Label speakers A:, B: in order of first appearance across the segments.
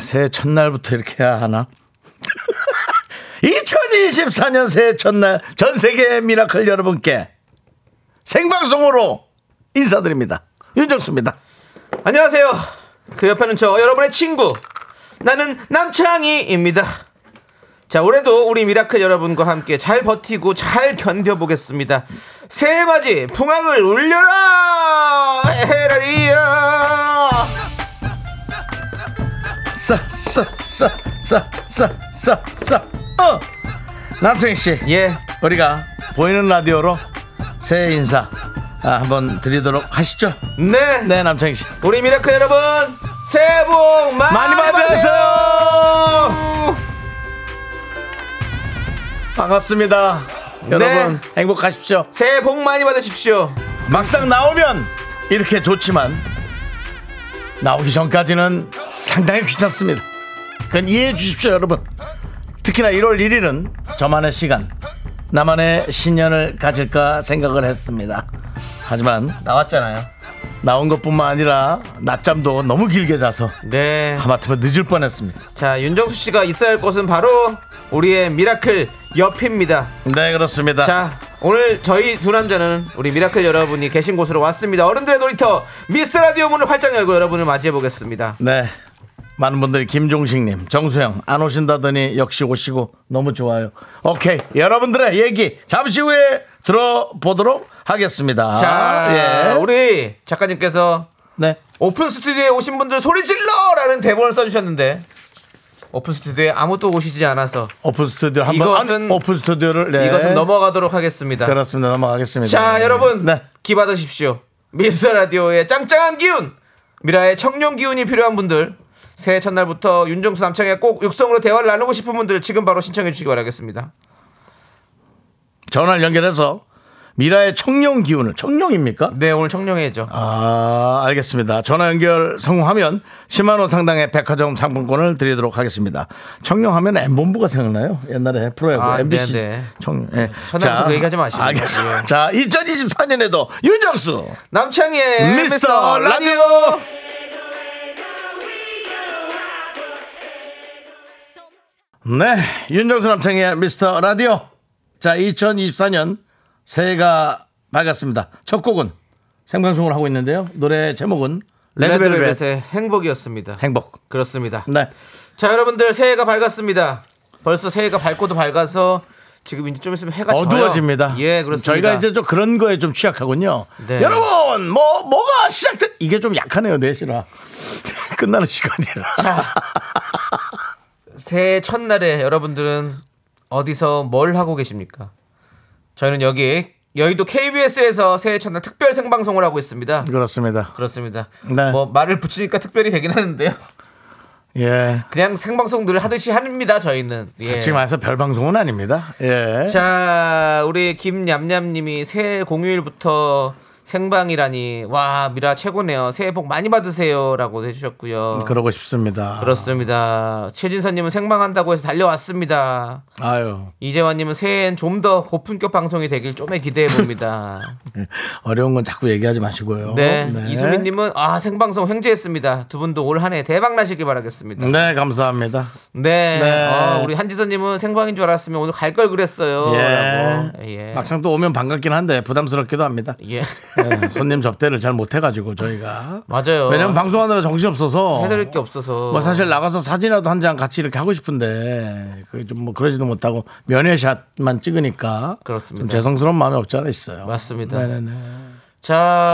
A: 새해 첫날부터 이렇게 해야 하나? 2024년 새해 첫날 전 세계 미라클 여러분께 생방송으로 인사드립니다. 윤정수입니다.
B: 안녕하세요. 그 옆에는 저 여러분의 친구 나는 남창희입니다. 자 올해도 우리 미라클 여러분과 함께 잘 버티고 잘 견뎌보겠습니다. 새해 맞이 풍악을 울려라 헤라디야.
A: 싸, 싸, 싸, 싸, 싸, 싸, 싸, 어! 남창희 씨,
B: 예.
A: 우리가 보이는 라디오로 새해 인사 아, 한번 드리도록 하시죠.
B: 네.
A: 네, 남창희 씨.
B: 우리 미라클 여러분 새해 복 많이,
A: 많이
B: 받으세요.
A: 반갑습니다. 여러분,
B: 네.
A: 행복하십시오.
B: 새해 복 많이 받으십시오.
A: 막상 나오면 이렇게 좋지만 나오기 전까지는 상당히 귀찮습니다. 그건 이해해 주십시오, 여러분. 특히나 1월 1일은 저만의 시간, 나만의 신년을 가질까 생각을 했습니다. 하지만
B: 나왔잖아요.
A: 나온 것뿐만 아니라 낮잠도 너무 길게 자서
B: 네.
A: 하마터면 늦을 뻔했습니다.
B: 자 윤정수 씨가 있어야 할 곳은 바로 우리의 미라클 옆입니다.
A: 네, 그렇습니다.
B: 자 오늘 저희 두 남자는 우리 미라클 여러분이 계신 곳으로 왔습니다. 어른들의 놀이터 미스 라디오 문을 활짝 열고 여러분을 맞이해 보겠습니다.
A: 네. 많은 분들이 김종식님, 정수영 안 오신다더니 역시 오시고 너무 좋아요. 오케이 여러분들의 얘기 잠시 후에 들어보도록 하겠습니다.
B: 자
A: 예.
B: 우리 작가님께서
A: 네.
B: 오픈 스튜디오에 오신 분들 소리 질러라는 대본을 써주셨는데 오픈 스튜디오에 아무도 오시지 않아서
A: 오픈 스튜디오 한번
B: 이것은-
A: 아니, 오픈 스튜디오를 네.
B: 이것은 넘어가도록 하겠습니다.
A: 그렇습니다. 넘어가겠습니다.
B: 자
A: 네.
B: 여러분
A: 네.
B: 기 받으십시오 미스 라디오의 짱짱한 기운 미라의 청룡 기운이 필요한 분들 새해 첫날부터 윤정수 남창에 꼭 육성으로 대화를 나누고 싶은 분들 지금 바로 신청해 주시기 바라겠습니다
A: 전화를 연결해서 미라의 청룡 기운을 청룡입니까?
B: 네 오늘 청룡회죠
A: 아, 알겠습니다. 전화 연결 성공하면 10만 원 상당의 백화점 상품권을 드리도록 하겠습니다. 청룡하면 M본부가 생각나요? 옛날에 프로야구
B: 아,
A: MBC
B: 네, 네.
A: 청룡. 예.
B: 전화부터
A: 자,
B: 그 얘기하지 마시고요.
A: 알겠습니다.
B: 예.
A: 자, 2024년에도 윤정수
B: 남창희의
A: 미스터
B: 미스터 라디오
A: 라디오. 네, 윤정수 남창의 미스터 라디오. 자, 2024년 새해가 밝았습니다. 첫 곡은 생방송을 하고 있는데요. 노래 제목은 레드벨벳
B: 레드벨벳의 네, 행복이었습니다
A: 네, 행복.
B: 그렇습니다
A: 네.
B: 자 여러분들 새해가 밝았습니다 벌써 새해가 밝고도 밝아서 지금 이제 좀 있으면 해가 져요.
A: 어두워집니다.
B: 아, 예 그렇습니다
A: 저희가 이제 좀 그런 거에 좀 취약하군요.
B: 네.
A: 여러분, 뭐 뭐가 시작된 이게 좀 약하네요, 4시라. 끝나는 시간이라.
B: 새해 첫날에 여러분들은 어디서 뭘 하고 계십니까? 저희는 여기 여의도 KBS에서 새해 첫날 특별 생방송을 하고 있습니다.
A: 그렇습니다.
B: 그렇습니다.
A: 네.
B: 뭐 말을 붙이니까 특별히 되긴 하는데요.
A: 예.
B: 그냥 생방송 늘 하듯이 합니다. 저희는. 예.
A: 지금 와서 별 방송은 아닙니다. 예.
B: 자, 우리 김냠냠님이 새해 공휴일부터 생방이라니 와 미라 최고네요. 새해 복 많이 받으세요라고 해주셨고요.
A: 그러고 싶습니다.
B: 그렇습니다. 최진선님은 생방한다고 해서 달려왔습니다.
A: 아유.
B: 이재환님은 새해엔 좀 더 고품격 방송이 되길 좀에 기대해 봅니다.
A: 어려운 건 자꾸 얘기하지 마시고요.
B: 네, 이수민님은 아 생방송 횡재했습니다. 두 분도 올 한 해 대박 나시길 바라겠습니다. 네,
A: 네, 감사합니다. 네.
B: 아, 우리 한지선님은 생방인 줄 알았으면 오늘 갈 걸 그랬어요.
A: 예.
B: 라고. 예.
A: 막상 또 오면 반갑긴 한데 부담스럽기도 합니다.
B: 예.
A: 예, 손님 접대를 잘 못해가지고 저희가
B: 맞아요.
A: 왜냐면 방송하느라 정신 없어서
B: 해드릴 게 없어서.
A: 뭐 사실 나가서 사진이라도 한 장 같이 이렇게 하고 싶은데 그게 좀 뭐 그러지도 못하고 면회샷만 찍으니까 좀
B: 그렇습니다.
A: 죄송스러운 마음이 없지 않아 있어요.
B: 맞습니다.
A: 네네네.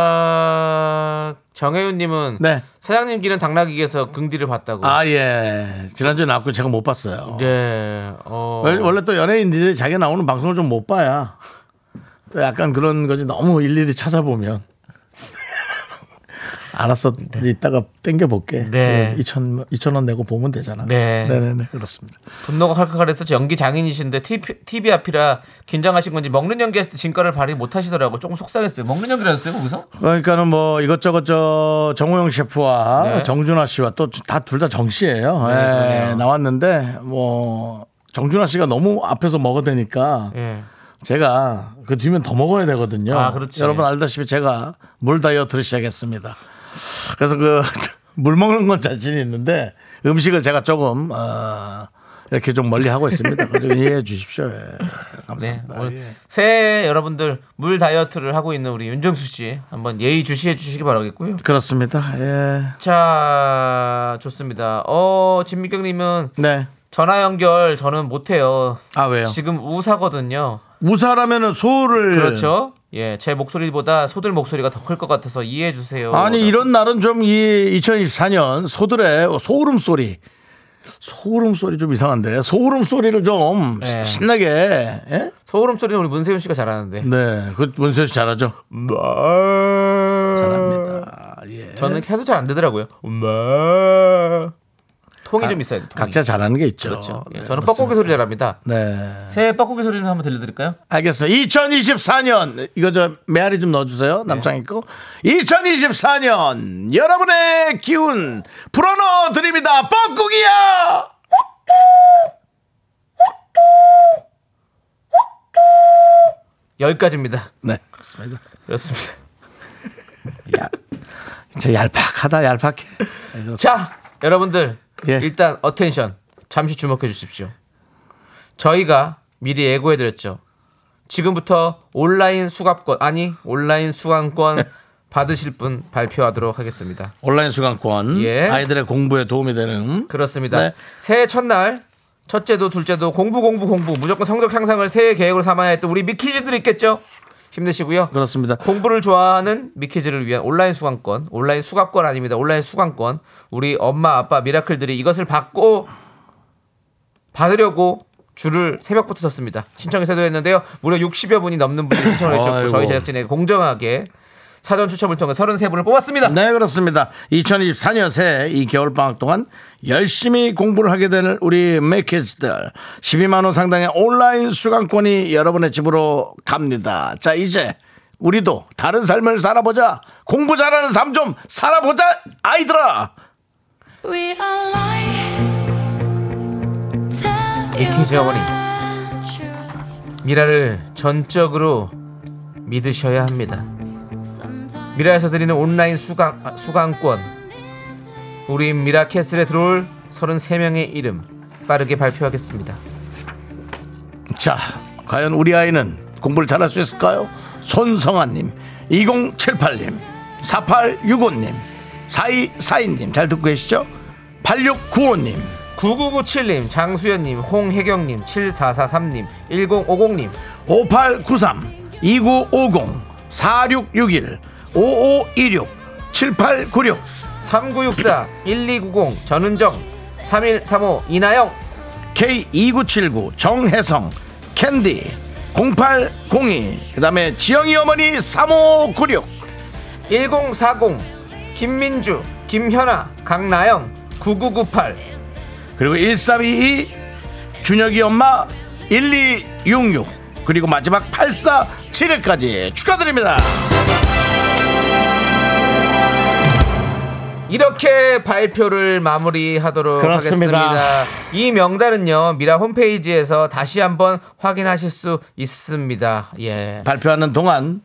B: 자, 정혜윤님은
A: 네.
B: 사장님 길은 당나귀에서 긍디를 봤다고.
A: 아 예. 지난주에 나왔고 제가 못 봤어요.
B: 네. 어.
A: 원- 원래 또 연예인들이 자기 나오는 방송을 좀 못 봐야 또 약간 그런 거지 너무 일일이 찾아보면 알았어. 이따가 땡겨볼게.
B: 네.
A: 2천, 2천 원 내고 보면 되잖아.
B: 네.
A: 네네네. 그렇습니다.
B: 분노가 칼칼했어서 연기 장인이신데 TV, TV 앞이라 긴장하신 건지 먹는 연기 진가를 발휘 못하시더라고 조금 속상했어요. 먹는 연기를 했어요 거기서?
A: 그러니까는 뭐 이것저것 저 정우영 셰프와
B: 네.
A: 정준하 씨와 또 다 둘 다 정씨예요.
B: 네,
A: 예,
B: 그러네요.
A: 나왔는데 뭐 정준하 씨가 너무 앞에서 먹어대니까
B: 예.
A: 제가 그 뒤면 더 먹어야 되거든요.
B: 아, 그렇지.
A: 여러분 알다시피 제가 물 다이어트를 시작했습니다. 그래서 그 물 먹는 건 자신이 있는데 음식을 제가 조금 어, 이렇게 좀 멀리 하고 있습니다. 그좀 이해해 주십시오. 예.
B: 네.
A: 감사합니다. 예.
B: 오늘 새해 여러분들 물 다이어트를 하고 있는 우리 윤정수 씨 한번 예의 주시해 주시기 바라겠고요.
A: 그렇습니다. 예.
B: 자, 좋습니다. 어, 진미경 님은
A: 네.
B: 전화 연결 저는 못 해요.
A: 아 왜요?
B: 지금 우사거든요.
A: 우사라면은 소를
B: 그렇죠? 예, 제 목소리보다 소들 목소리가 더 클 것 같아서 이해해 주세요.
A: 아니 이런 날은 좀 이 2024년 소들의 소울음 소리 소울음 소리 좀 이상한데 소울음 소리를 좀
B: 네.
A: 신나게 예?
B: 소름 소리는 우리 문세윤 씨가 잘하는데.
A: 네, 그 문세윤 씨 잘하죠. 잘합니다. 예.
B: 저는 해도 잘 안 되더라고요. 엄마. 통이 좀 있어야 돼. 통이.
A: 각자 잘하는 게 있죠.
B: 그렇죠. 예,
A: 네,
B: 저는
A: 그렇습니다.
B: 뻐꾸기 소리 잘합니다.
A: 네,
B: 새해 뻐꾸기 소리는 한번 들려드릴까요?
A: 알겠습니다. 2024년 이거 저 메아리 좀 넣어주세요. 남창 있고 2024년 여러분의 기운 불어넣어 드립니다. 뻐꾸기야.
B: 여기까지입니다.
A: 네, 그렇습니다.
B: 그렇습니다.
A: 야, 저 얄팍하다 얄팍해. 네, 그렇습니다.
B: 자, 여러분들
A: 예.
B: 일단 어텐션 잠시 주목해 주십시오. 저희가 미리 예고해 드렸죠. 지금부터 온라인 수강권 아니 온라인 수강권 받으실 분 발표하도록 하겠습니다.
A: 온라인 수강권
B: 예.
A: 아이들의 공부에 도움이 되는
B: 그렇습니다.
A: 네.
B: 새해 첫날 첫째도 둘째도 공부 공부 공부 무조건 성적 향상을 새해 계획으로 삼아야 했던 우리 미키즈들 있겠죠? 힘내시고요.
A: 그렇습니다.
B: 공부를 좋아하는 미키즈를 위한 온라인 수강권, 온라인 수강권 아닙니다. 온라인 수강권. 우리 엄마 아빠 미라클들이 이것을 받고 받으려고 줄을 새벽부터 섰습니다. 신청해서도 했는데요. 무려 60여 분이 넘는 분이 신청을 해주셨고
A: 아이고.
B: 저희 제작진에게 공정하게 사전 추첨을 통해 33분을 뽑았습니다.
A: 네 그렇습니다. 2024년 새해 이 겨울 방학 동안 열심히 공부를 하게 되는 우리 맥키즈들 12만 원 상당의 온라인 수강권이 여러분의 집으로 갑니다. 자 이제 우리도 다른 삶을 살아보자. 공부 잘하는 삶 좀 살아보자 아이들아.
C: We are lying. Tell you
B: 이키즈 어머니.
C: the truth.
B: 미라를 전적으로 믿으셔야 합니다.
C: Sometimes
B: 미라에서 드리는 온라인 수강, 아, 수강권 우리 미라캐슬에 들어올 33명의 이름 빠르게 발표하겠습니다
A: 자, 과연 우리 아이는 공부를 잘할 수 있을까요? 손성아님, 2078님, 4865님, 4242님, 잘 듣고 계시죠? 8695님,
B: 9997님 장수연님 홍혜경님 7443님 1050님
A: 5893, 2950, 4661, 5516, 7896,
B: 3964 1290 전은정 3135 이나영
A: K2979, 정혜성, 캔디, 0802, 그 다음에 지영이 어머니 3596,
B: 1040 김민주 김현아 강나영 9998
A: 그리고 1322 준혁이 엄마 1266 그리고 마지막 8471까지 축하드립니다.
B: 이렇게 발표를 마무리하도록
A: 그렇습니다.
B: 하겠습니다. 이 명단은요 미라 홈페이지에서 다시 한번 확인하실 수 있습니다. 예,
A: 발표하는 동안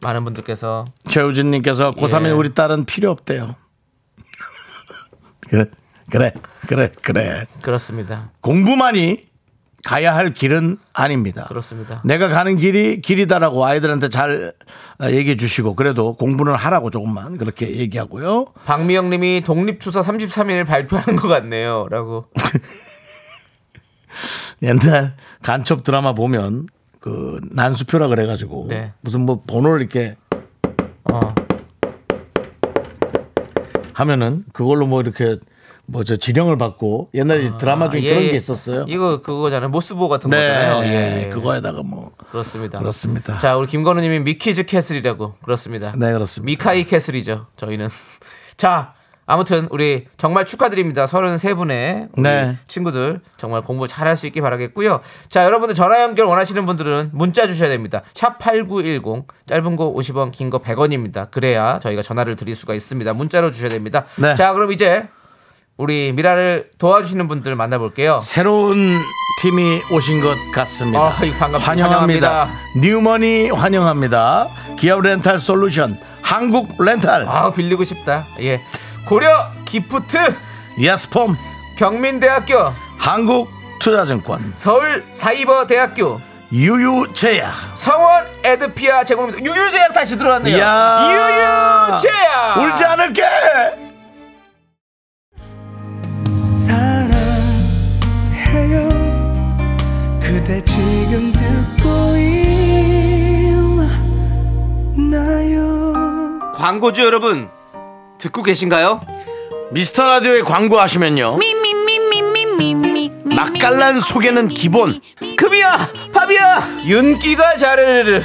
B: 많은 분들께서
A: 최우진 님께서 고3인
B: 예.
A: 우리 딸은 필요 없대요. 그래. 그래. 그래. 그래.
B: 그렇습니다.
A: 공부만이 가야 할 길은 아닙니다.
B: 그렇습니다.
A: 내가 가는 길이 길이다라고 아이들한테 잘 어, 얘기해 주시고 그래도 공부는 하라고 조금만 그렇게 얘기하고요.
B: 박미영님이 독립투사 33일 발표하는 것 같네요.라고
A: 옛날 간첩 드라마 보면 그 난수표라 그래가지고
B: 네.
A: 무슨 뭐 번호를 이렇게
B: 어,
A: 하면은 그걸로 뭐 이렇게 뭐 저 지령을 받고 옛날에 드라마 중에
B: 예,
A: 그런
B: 예.
A: 게 있었어요.
B: 이거 그거잖아요. 모스보 같은 거잖아요.
A: 네,
B: 예, 예.
A: 그거에다가 뭐
B: 그렇습니다.
A: 그렇습니다.
B: 자, 우리 김건우님이 미키즈 캐슬이라고 그렇습니다.
A: 네 그렇습니다.
B: 미카이 캐슬이죠. 저희는. 자, 아무튼 우리 정말 축하드립니다. 33분의 우리
A: 네.
B: 친구들 정말 공부 잘할 수 있길 바라겠고요. 자, 여러분들 전화 연결 원하시는 분들은 문자 주셔야 됩니다. 샵 8910 짧은 거 50원, 긴 거 100원입니다. 그래야 저희가 전화를 드릴 수가 있습니다. 문자로 주셔야 됩니다.
A: 네.
B: 자, 그럼 이제 우리 미라를 도와주시는 분들 만나볼게요.
A: 새로운 팀이 오신 것 같습니다.
B: 아, 이거 반갑습니다.
A: 환영합니다.
B: 환영합니다.
A: 뉴머니 환영합니다. 기업 렌탈 솔루션 한국 렌탈
B: 아, 빌리고 싶다. 예. 고려 기프트
A: 예스폼
B: 경민대학교
A: 한국 투자증권
B: 서울 사이버대학교
A: 유유제야
B: 성원 에드피아 제공입니다. 유유제약 다시 들어왔네요.
A: 이야.
B: 유유제약.
A: 울지 않을게.
D: 사랑해요 그대 지금 듣고 있나요
B: 광고주 여러분 듣고 계신가요?
A: 미스터 라디오에 광고하시면요.
C: 맛깔난 소개는 기본
B: 급이야 밥이야 윤기가 자르르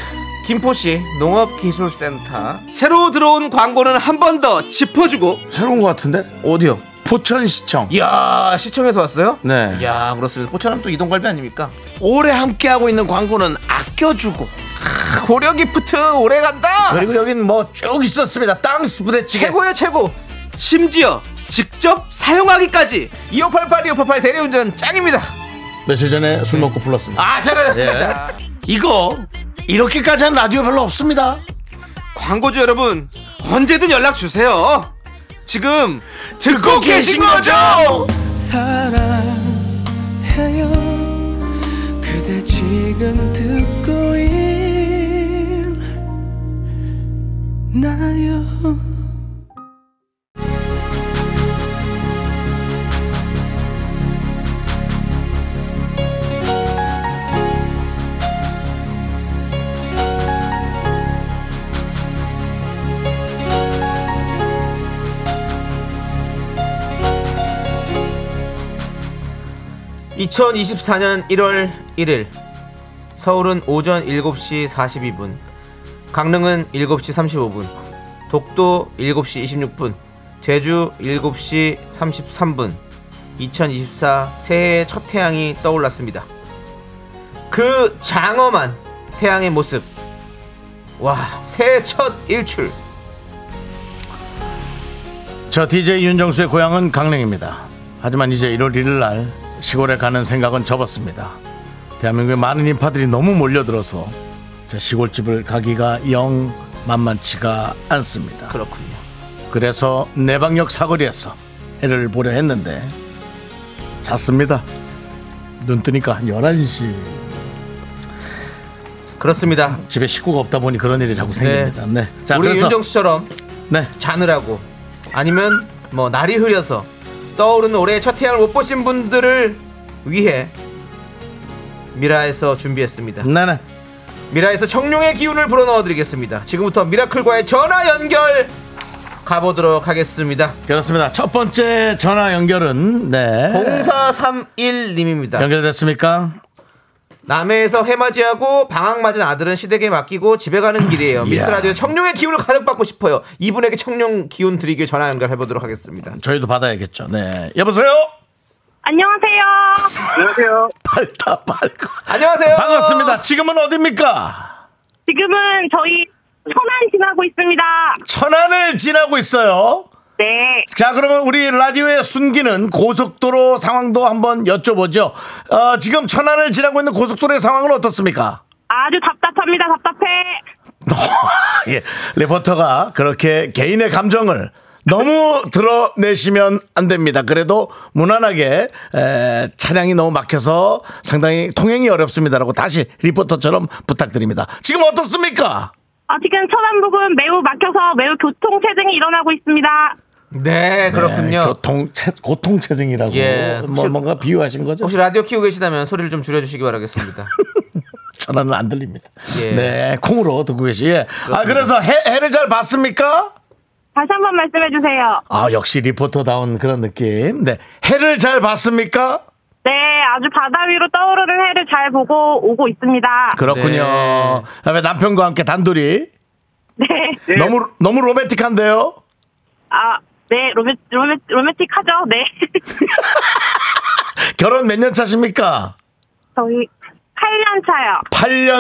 B: 김포시 농업기술센터 새로 들어온 광고는 한 번 더 짚어주고
A: 새로운 것 같은데?
B: 어디요?
A: 포천시청.
B: 이야 시청에서 왔어요?
A: 네.
B: 이야 그렇습니다. 포천하면 또 이동갈비 아닙니까?
A: 오래 함께하고 있는 광고는 아껴주고.
B: 고려기프트 오래간다.
A: 그리고 여긴 뭐 쭉 있었습니다. 땅스 부대찌개.
B: 최고야 최고 심지어 직접 사용하기까지 2588 2588 대리운전 짱입니다
A: 며칠 전에 술 먹고 불렀습니다.
B: 아 잘하셨습니다
A: 이거 이렇게까지 한 라디오 별로 없습니다.
B: 광고주 여러분 언제든 연락 주세요 지금
A: 듣고 계신 거죠?
D: 사랑해요 그대 지금 듣고 있나요
B: 이 2024년 1월 1일 서울은 오전 7시 42분 강릉은 7시 35분 독도 7시 26분 제주 7시 33분 2024 새해의 첫 태양이 떠올랐습니다 그 장엄한 태양의 모습 와 새해 첫 일출
A: 저 DJ 윤정수의 고향은 강릉입니다. 하지만 이제 1월 1일 날 시골에 가는 생각은 접었습니다. 대한민국의 많은 인파들이 너무 몰려들어서 저 시골집을 가기가 영 만만치가 않습니다.
B: 그렇군요
A: 그래서 내방역 사거리에서 해를 보려 했는데 잤습니다. 눈 뜨니까 한 11시
B: 그렇습니다
A: 집에 식구가 없다 보니 그런 일이 자꾸 생깁니다. 네. 자,
B: 우리
A: 그래서
B: 윤정수처럼
A: 네.
B: 자느라고 아니면 뭐 날이 흐려서 떠오르는 올해의 첫 태양을 못 보신 분들을 위해 미라에서 준비했습니다.
A: 네, 네.
B: 미라에서 청룡의 기운을 불어넣어 드리겠습니다. 지금부터 미라클과의 전화 연결 가보도록 하겠습니다.
A: 그렇습니다. 첫 번째 전화 연결은 네.
B: 0431님입니다.
A: 연결됐습니까?
B: 남해에서 해맞이하고 방학 맞은 아들은 시댁에 맡기고 집에 가는 길이에요. 미스
A: 이야.
B: 라디오 청룡의 기운을 가득 받고 싶어요. 이분에게 청룡 기운 드리기 위해 전화 연결해 보도록 하겠습니다.
A: 저희도 받아야겠죠. 네. 여보세요?
E: 안녕하세요.
A: 밝다, 밝고.
B: 안녕하세요.
A: 반갑습니다. 지금은 어딥니까?
E: 지금은 저희 천안 지나고 있습니다.
A: 천안을 지나고 있어요.
E: 네.
A: 자, 그러면 우리 라디오의 순기는 고속도로 상황도 한번 여쭤보죠. 어, 지금 천안을 지나고 있는 고속도로의 상황은 어떻습니까?
E: 아주 답답합니다. 답답해.
A: 예, 리포터가 그렇게 개인의 감정을 너무 드러내시면 안 됩니다. 그래도 무난하게 에, 차량이 너무 막혀서 상당히 통행이 어렵습니다라고 다시 리포터처럼 부탁드립니다. 지금 어떻습니까?
E: 아, 지금 천안 부근 매우 막혀서 매우 교통 체증이 일어나고 있습니다.
B: 네, 그렇군요.
A: 네, 교통 체, 고통 체증이라고
B: 예,
A: 뭐
B: 혹시-
A: 뭔가 비유하신 거죠?
B: 네. 혹시 라디오 키우고 계시다면 소리를 좀 줄여주시기 바라겠습니다.
A: 전화는 안 들립니다.
B: 예.
A: 네, 콩으로 듣고 계시. 예. 아 그래서 해, 해를 잘 봤습니까?
F: 다시 한 번 말씀해 주세요.
A: 아, 역시 리포터다운 그런 느낌. 네. 해를 잘 봤습니까?
F: 네, 아주 바다 위로 떠오르는 해를 잘 보고 오고 있습니다.
A: 그렇군요.
B: 네.
A: 그다음에 남편과 함께 단둘이.
F: 네.
A: 너무, 너무 로맨틱한데요?
F: 아, 네, 로맨, 로맨, 로맨틱하죠? 네.
A: 결혼 몇 년 차십니까?
F: 저희 8년 차요.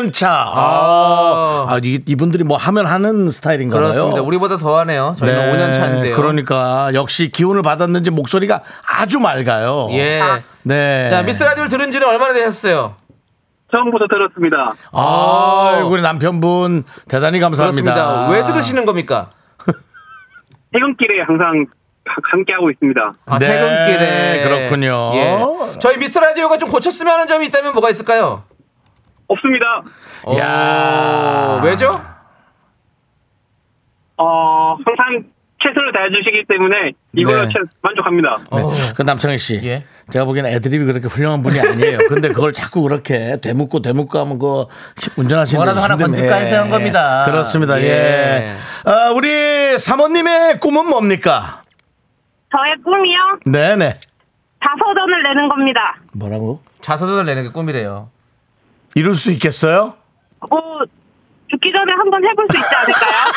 A: 8년 차. 아,
B: 아.
A: 아, 이, 이분들이 뭐 하면 하는 스타일인가 봐요.
B: 그렇습니다. 우리보다 더하네요. 저희는
A: 네,
B: 5년 차인데요.
A: 그러니까 역시 기운을 받았는지 목소리가 아주 맑아요.
B: 예.
A: 네.
B: 자, 미스 라디오를 들은 지는 얼마나 되셨어요?
G: 처음부터 들었습니다.
A: 아, 우리 남편분 대단히 감사합니다.
B: 그렇습니다. 왜 들으시는 겁니까?
G: 퇴근길에 항상 하- 함께하고 있습니다.
B: 아,
A: 네,
B: 퇴근길에.
A: 그렇군요.
B: 예. 저희 미스 라디오가 좀 고쳤으면 하는 점이 있다면 뭐가 있을까요?
G: 없습니다.
A: 야.
B: 어, 왜죠?
G: 어, 항상 최선을 다해주시기 때문에 이걸로
A: 네.
G: 최- 만족합니다.
A: 네.
B: 어.
A: 그 남창희 씨,
B: 예.
A: 제가 보기에는 애드립이 그렇게 훌륭한 분이 아니에요. 근데 그걸 자꾸 그렇게 되묻고 되묻고 하면 그 운전하시는
B: 뭐라도 하나
A: 힘듭니다.
B: 건들까 해서 한 겁니다.
A: 그렇습니다. 예.
B: 예.
A: 아, 우리 사모님의 꿈은 뭡니까?
F: 저의 꿈이요?
A: 네네.
F: 자서전을 내는 겁니다.
A: 뭐라고?
B: 자서전을 내는 게 꿈이래요.
A: 이룰 수 있겠어요?
F: 뭐, 죽기 전에 한번 해볼 수 있지 않을까요?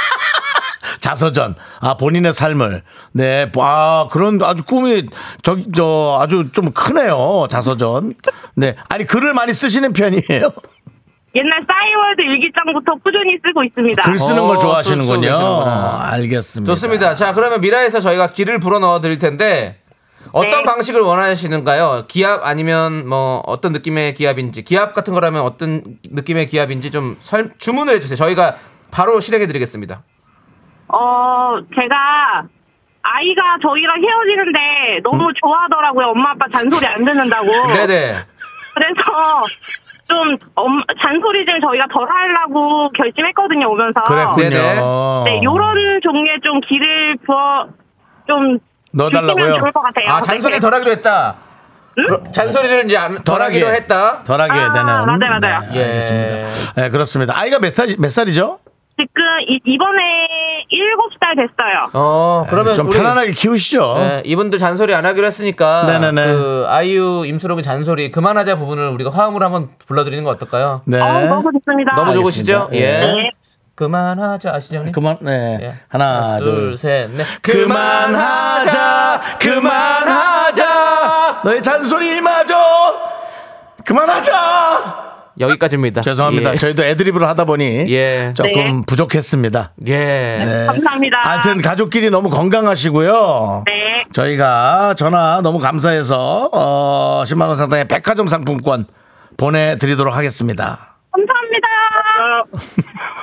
A: 자서전. 아, 본인의 삶을. 네. 아, 그런 아주 꿈이 저, 저 아주 좀 크네요. 자서전. 네. 아니, 글을 많이 쓰시는 편이에요.
F: 옛날 싸이월드 일기장부터 꾸준히 쓰고 있습니다.
A: 글 쓰는
B: 어,
A: 걸
B: 쓰고
A: 좋아하시는군요.
B: 계시는구나.
A: 알겠습니다.
B: 좋습니다. 자, 그러면 미라에서 저희가 길을 불어 넣어 드릴 텐데 어떤
F: 네.
B: 방식을 원하시는가요? 기합 아니면 뭐 어떤 느낌의 기합인지 기합 같은 거라면 어떤 느낌의 기합인지 좀 설, 주문을 해주세요. 저희가 바로 실행해 드리겠습니다.
F: 어, 제가 아이가 저희랑 헤어지는데 너무 좋아하더라고요. 엄마 아빠 잔소리 안 듣는다고.
B: 네네.
F: 그래서 좀 엄- 잔소리 좀 저희가 덜 하려고 결심했거든요. 오면서.
A: 그랬군요.
B: 네네.
F: 네, 요런 종류의 좀 길을 부어 좀
A: 넣어달라고요?
F: 주시면 좋을 것 같아요. 네.
B: 아 잔소리를 덜하기로 했다. 그러- 잔소리를 이제 안- 덜하기로 했다.
A: 덜하게
F: 아,
A: 되는.
F: 맞아요, 맞아요.
A: 네,
B: 예.
A: 알겠습니다. 네, 그렇습니다. 아이가 몇, 살, 몇 살이죠?
F: 지금 이- 이번에 7살 됐어요.
B: 어 그러면
A: 좀
B: 우리-
A: 편안하게 키우시죠.
B: 네, 이분들 잔소리 안 하기로 했으니까
A: 네네네.
B: 그 아이유 임수롱의 잔소리 그만하자 부분을 우리가 화음으로 한번 불러드리는 건 어떨까요?
A: 네.
F: 어, 너무 좋습니다.
B: 너무
A: 알겠습니다.
B: 좋으시죠? 예.
F: 네.
B: 그만하자 아시죠? 형님?
A: 그만, 네.
B: 예.
A: 하나, 둘,
B: 둘셋 넷.
A: 그만하자, 그만하자. 너의 잔소리마저 그만하자.
B: 여기까지입니다.
A: 죄송합니다.
B: 예.
A: 저희도 애드립으로 하다 보니
B: 예.
A: 조금
F: 네.
A: 부족했습니다.
B: 예.
A: 네.
F: 감사합니다.
A: 하여튼 가족끼리 너무 건강하시고요.
F: 네.
A: 저희가 전화 너무 감사해서 어, 10만 원 상당의 백화점 상품권 보내드리도록 하겠습니다.
F: 감사합니다.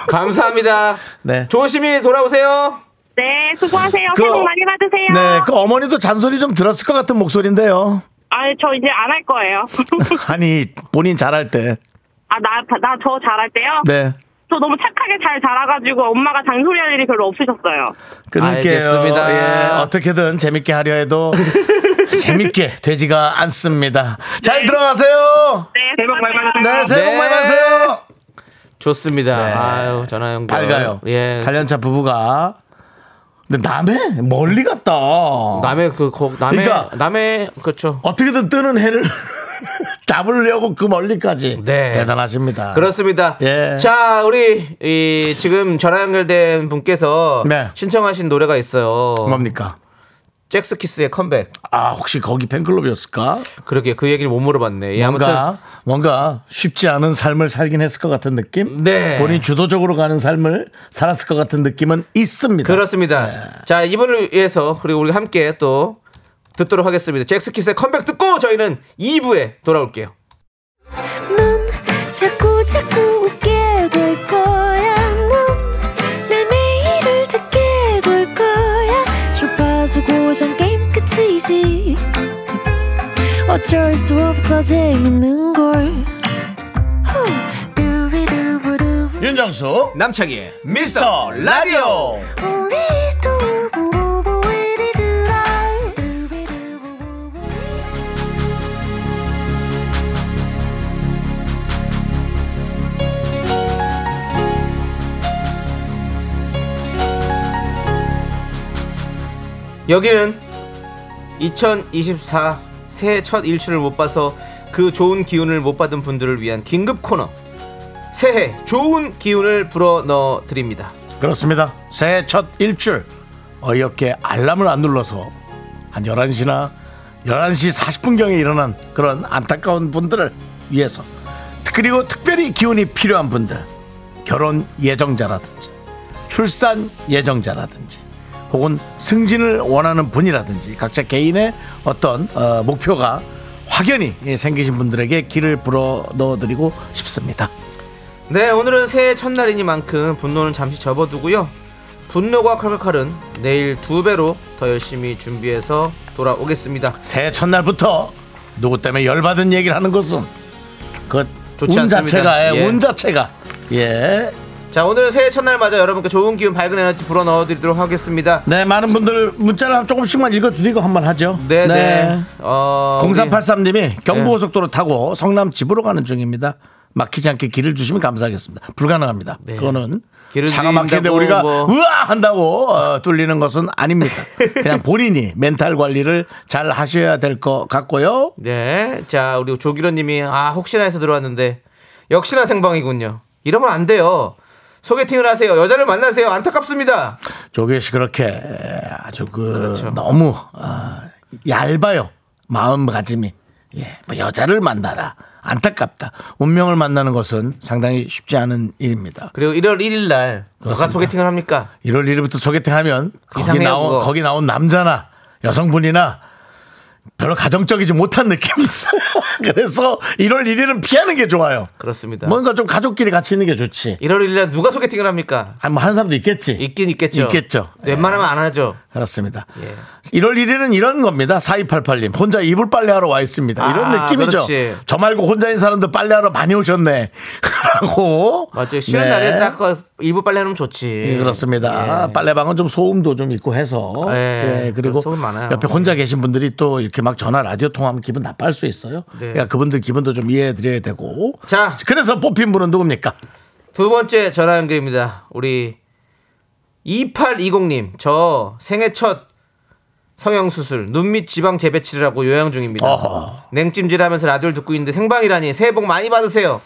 B: 감사합니다.
A: 네.
B: 조심히 돌아오세요.
F: 네, 수고하세요.
A: 그-
F: 새해 복 많이 받으세요.
A: 네, 그 어머니도 잔소리 좀 들었을 것 같은 목소리인데요.
F: 아, 저 이제 안 할 거예요.
A: 아니 본인 잘할 때.
F: 아, 나, 나 저 잘할 때요?
A: 네.
F: 저 너무 착하게 잘 자라가지고 엄마가 잔소리할 일이 별로 없으셨어요.
A: 끊을게요.
B: 알겠습니다.
A: 예, 어떻게든 재밌게 하려 해도 재밌게 되지가 않습니다. 잘
B: 네.
A: 들어가세요.
F: 네,
G: 새해 복 많이 받으세요.
A: 네, 새해 복 많이 받으세요.
B: 좋습니다.
A: 네.
B: 아유 전화 연결.
A: 밝아요.
B: 예.
A: 8년차 부부가 근데 남해 멀리 갔다.
B: 남의 그 거, 남의
A: 그러니까-
B: 남의 그렇죠.
A: 어떻게든 뜨는 해를 잡으려고 그 멀리까지
B: 네.
A: 대단하십니다.
B: 그렇습니다.
A: 어. 예.
B: 자, 우리 이 지금 전화 연결된 분께서
A: 네.
B: 신청하신 노래가 있어요.
A: 뭡니까?
B: 잭스키스의 컴백.
A: 아 혹시 거기 팬클럽이었을까?
B: 그러게 그 얘기를 못 물어봤네. 예, 아무튼
A: 뭔가 뭔가 쉽지 않은 삶을 살긴 했을 것 같은 느낌.
B: 네.
A: 본인 주도적으로 가는 삶을 살았을 것 같은 느낌은 있습니다.
B: 그렇습니다. 자, 이분을 위해서 그리고 우리 함께 또 듣도록 하겠습니다. 잭스키스의 컴백 듣고 저희는 2부에 돌아올게요.
H: 넌 자꾸 자꾸 웃게 될 거야. 넌내 매일을 듣게 될 거야. 주파수 고정 게임 끝이지. 어쩔 수 없어 재밌는 걸. 후. 두비두부두.
A: 윤정수
B: 남창희의
A: 미스터 라디오.
H: 우리 두부부부 우리 두라. 두비두부부부.
B: 여기는 2024 새해 첫 일출을 못 봐서 그 좋은 기운을 못 받은 분들을 위한 긴급 코너 새해 좋은 기운을 불어 넣어 드립니다.
A: 그렇습니다. 새해 첫 일출 어이없게 알람을 안 눌러서 한 11시나 11시 40분경에 일어난 그런 안타까운 분들을 위해서 그리고 특별히 기운이 필요한 분들 결혼 예정자라든지 출산 예정자라든지 혹은 승진을 원하는 분이라든지 각자 개인의 어떤 어, 목표가 확연히 예, 생기신 분들에게 길을 불어 넣어드리고 싶습니다.
B: 네, 오늘은 새해 첫날이니만큼 분노는 잠시 접어두고요. 분노가 칼칼칼은 내일 두 배로 더 열심히 준비해서 돌아오겠습니다.
A: 새해 첫날부터 누구 때문에 열받은 얘기를 하는 것은
B: 좋지
A: 그운
B: 않습니다.
A: 자체가 예,
B: 예.
A: 운 자체가 예.
B: 자, 오늘은 새해 첫날 맞아 여러분께 좋은 기운 밝은 에너지 불어 넣어 드리도록 하겠습니다.
A: 네, 많은 분들 문자를 조금씩만 읽어드리고 한번 하죠.
B: 네, 네. 어, 우리
A: 0383님이 경부고속도로 타고 성남 집으로 가는 중입니다. 막히지 않게 길을 주시면 감사하겠습니다. 불가능합니다. 그거는
B: 네. 길을
A: 차가 막히는데
B: 드린다고
A: 우리가
B: 뭐.
A: 으아 한다고 어, 뚫리는 것은 아닙니다. 그냥 본인이 멘탈 관리를 잘 하셔야 될 것 같고요.
B: 네. 자, 우리 조기련 님이 아, 혹시나 해서 들어왔는데 역시나 생방이군요. 이러면 안 돼요. 소개팅을 하세요. 여자를 만나세요. 안타깝습니다.
A: 조규 씨 그렇게 아주 그
B: 그렇죠.
A: 너무 아, 얇아요 마음가짐이 예, 뭐 여자를 만나라 안타깝다 운명을 만나는 것은 상당히 쉽지 않은 일입니다.
B: 그리고 1월 1일 날 누가
A: 그렇습니다.
B: 소개팅을 합니까?
A: 1월 1일부터 소개팅하면 거기
B: 이상해요,
A: 나온
B: 그거.
A: 거기 나온 남자나 여성분이나 별로 가정적이지 못한 느낌이 있어요. 그래서 1월 1일은 피하는 게 좋아요.
B: 그렇습니다.
A: 뭔가 좀 가족끼리 같이 있는 게 좋지.
B: 1월 1일 날 누가 소개팅을 합니까?
A: 한뭐한 사람도 있겠지.
B: 있긴 있겠죠.
A: 있겠죠. 네.
B: 웬만하면 안 하죠.
A: 그렇습니다.
B: 예.
A: 1월 1일은 이런 겁니다. 4288님. 혼자 이불 빨래하러 와 있습니다. 이런
B: 아,
A: 느낌이죠.
B: 그렇지.
A: 저 말고 혼자인 사람들 빨래하러 많이 오셨네. 라고.
B: 맞아요. 쉬는
A: 네.
B: 날에 딱 거- 일부 빨래 하면 좋지.
A: 예, 그렇습니다.
B: 예.
A: 빨래방은 좀 소음도 좀 있고 해서.
B: 예,
A: 예, 그리고
B: 소음 많아요. 예.
A: 옆에 혼자 계신 분들이 또 이렇게 막 전화 라디오 통화하면 기분 나빠할 수 있어요.
B: 네.
A: 그러니까 그분들 기분도 좀 이해해 드려야 되고.
B: 자.
A: 그래서 뽑힌 분은 누굽니까?
B: 두 번째 전화 연결입니다. 우리 2820님, 저 생애 첫 성형수술, 눈밑 지방 재배치를 하고 요양 중입니다.
A: 어허.
B: 냉찜질 하면서 라디오를 듣고 있는데 생방이라니 새해 복 많이 받으세요.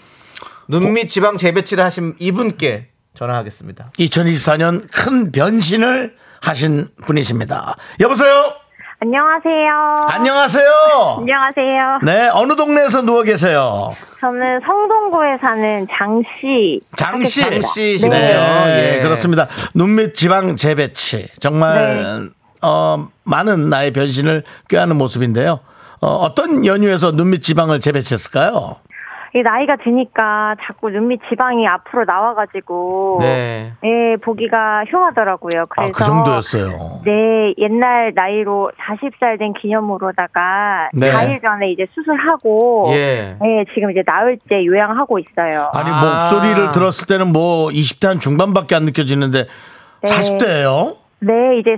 B: 눈밑 지방 재배치를 하신 이분께 전화하겠습니다.
A: 2024년 큰 변신을 하신 분이십니다. 여보세요?
F: 어.
E: 안녕하세요.
A: 안녕하세요.
F: 예.
E: 안녕하세요.
A: 네, 어느 동네에서 누워 계세요?
E: 저는 성동구에 사는 장씨.
A: 장씨.
B: 장 씨시군요.
A: 네,
B: 예.
A: 그렇습니다. 눈밑 지방 재배치. 정말, 어, 많은 나의 변신을 꾀하는 모습인데요. 어, 떤 연유에서 눈밑 지방을 재배치했을까요?
E: 이 나이가 드니까 자꾸 눈밑 지방이 앞으로 나와가지고
B: 네.
E: 예, 보기가 흉하더라고요.
A: 아,
E: 그래서
A: 그 정도였어요.
E: 네, 옛날 나이로 40살 된 기념으로다가
A: 네.
E: 4일 전에 이제 수술하고
B: 예.
E: 예, 지금 이제 나흘째 요양하고 있어요.
A: 아니,
B: 아.
A: 목소리를 들었을 때는 뭐 20대 한 중반밖에 안 느껴지는데
E: 네.
A: 40대예요
E: 네, 이제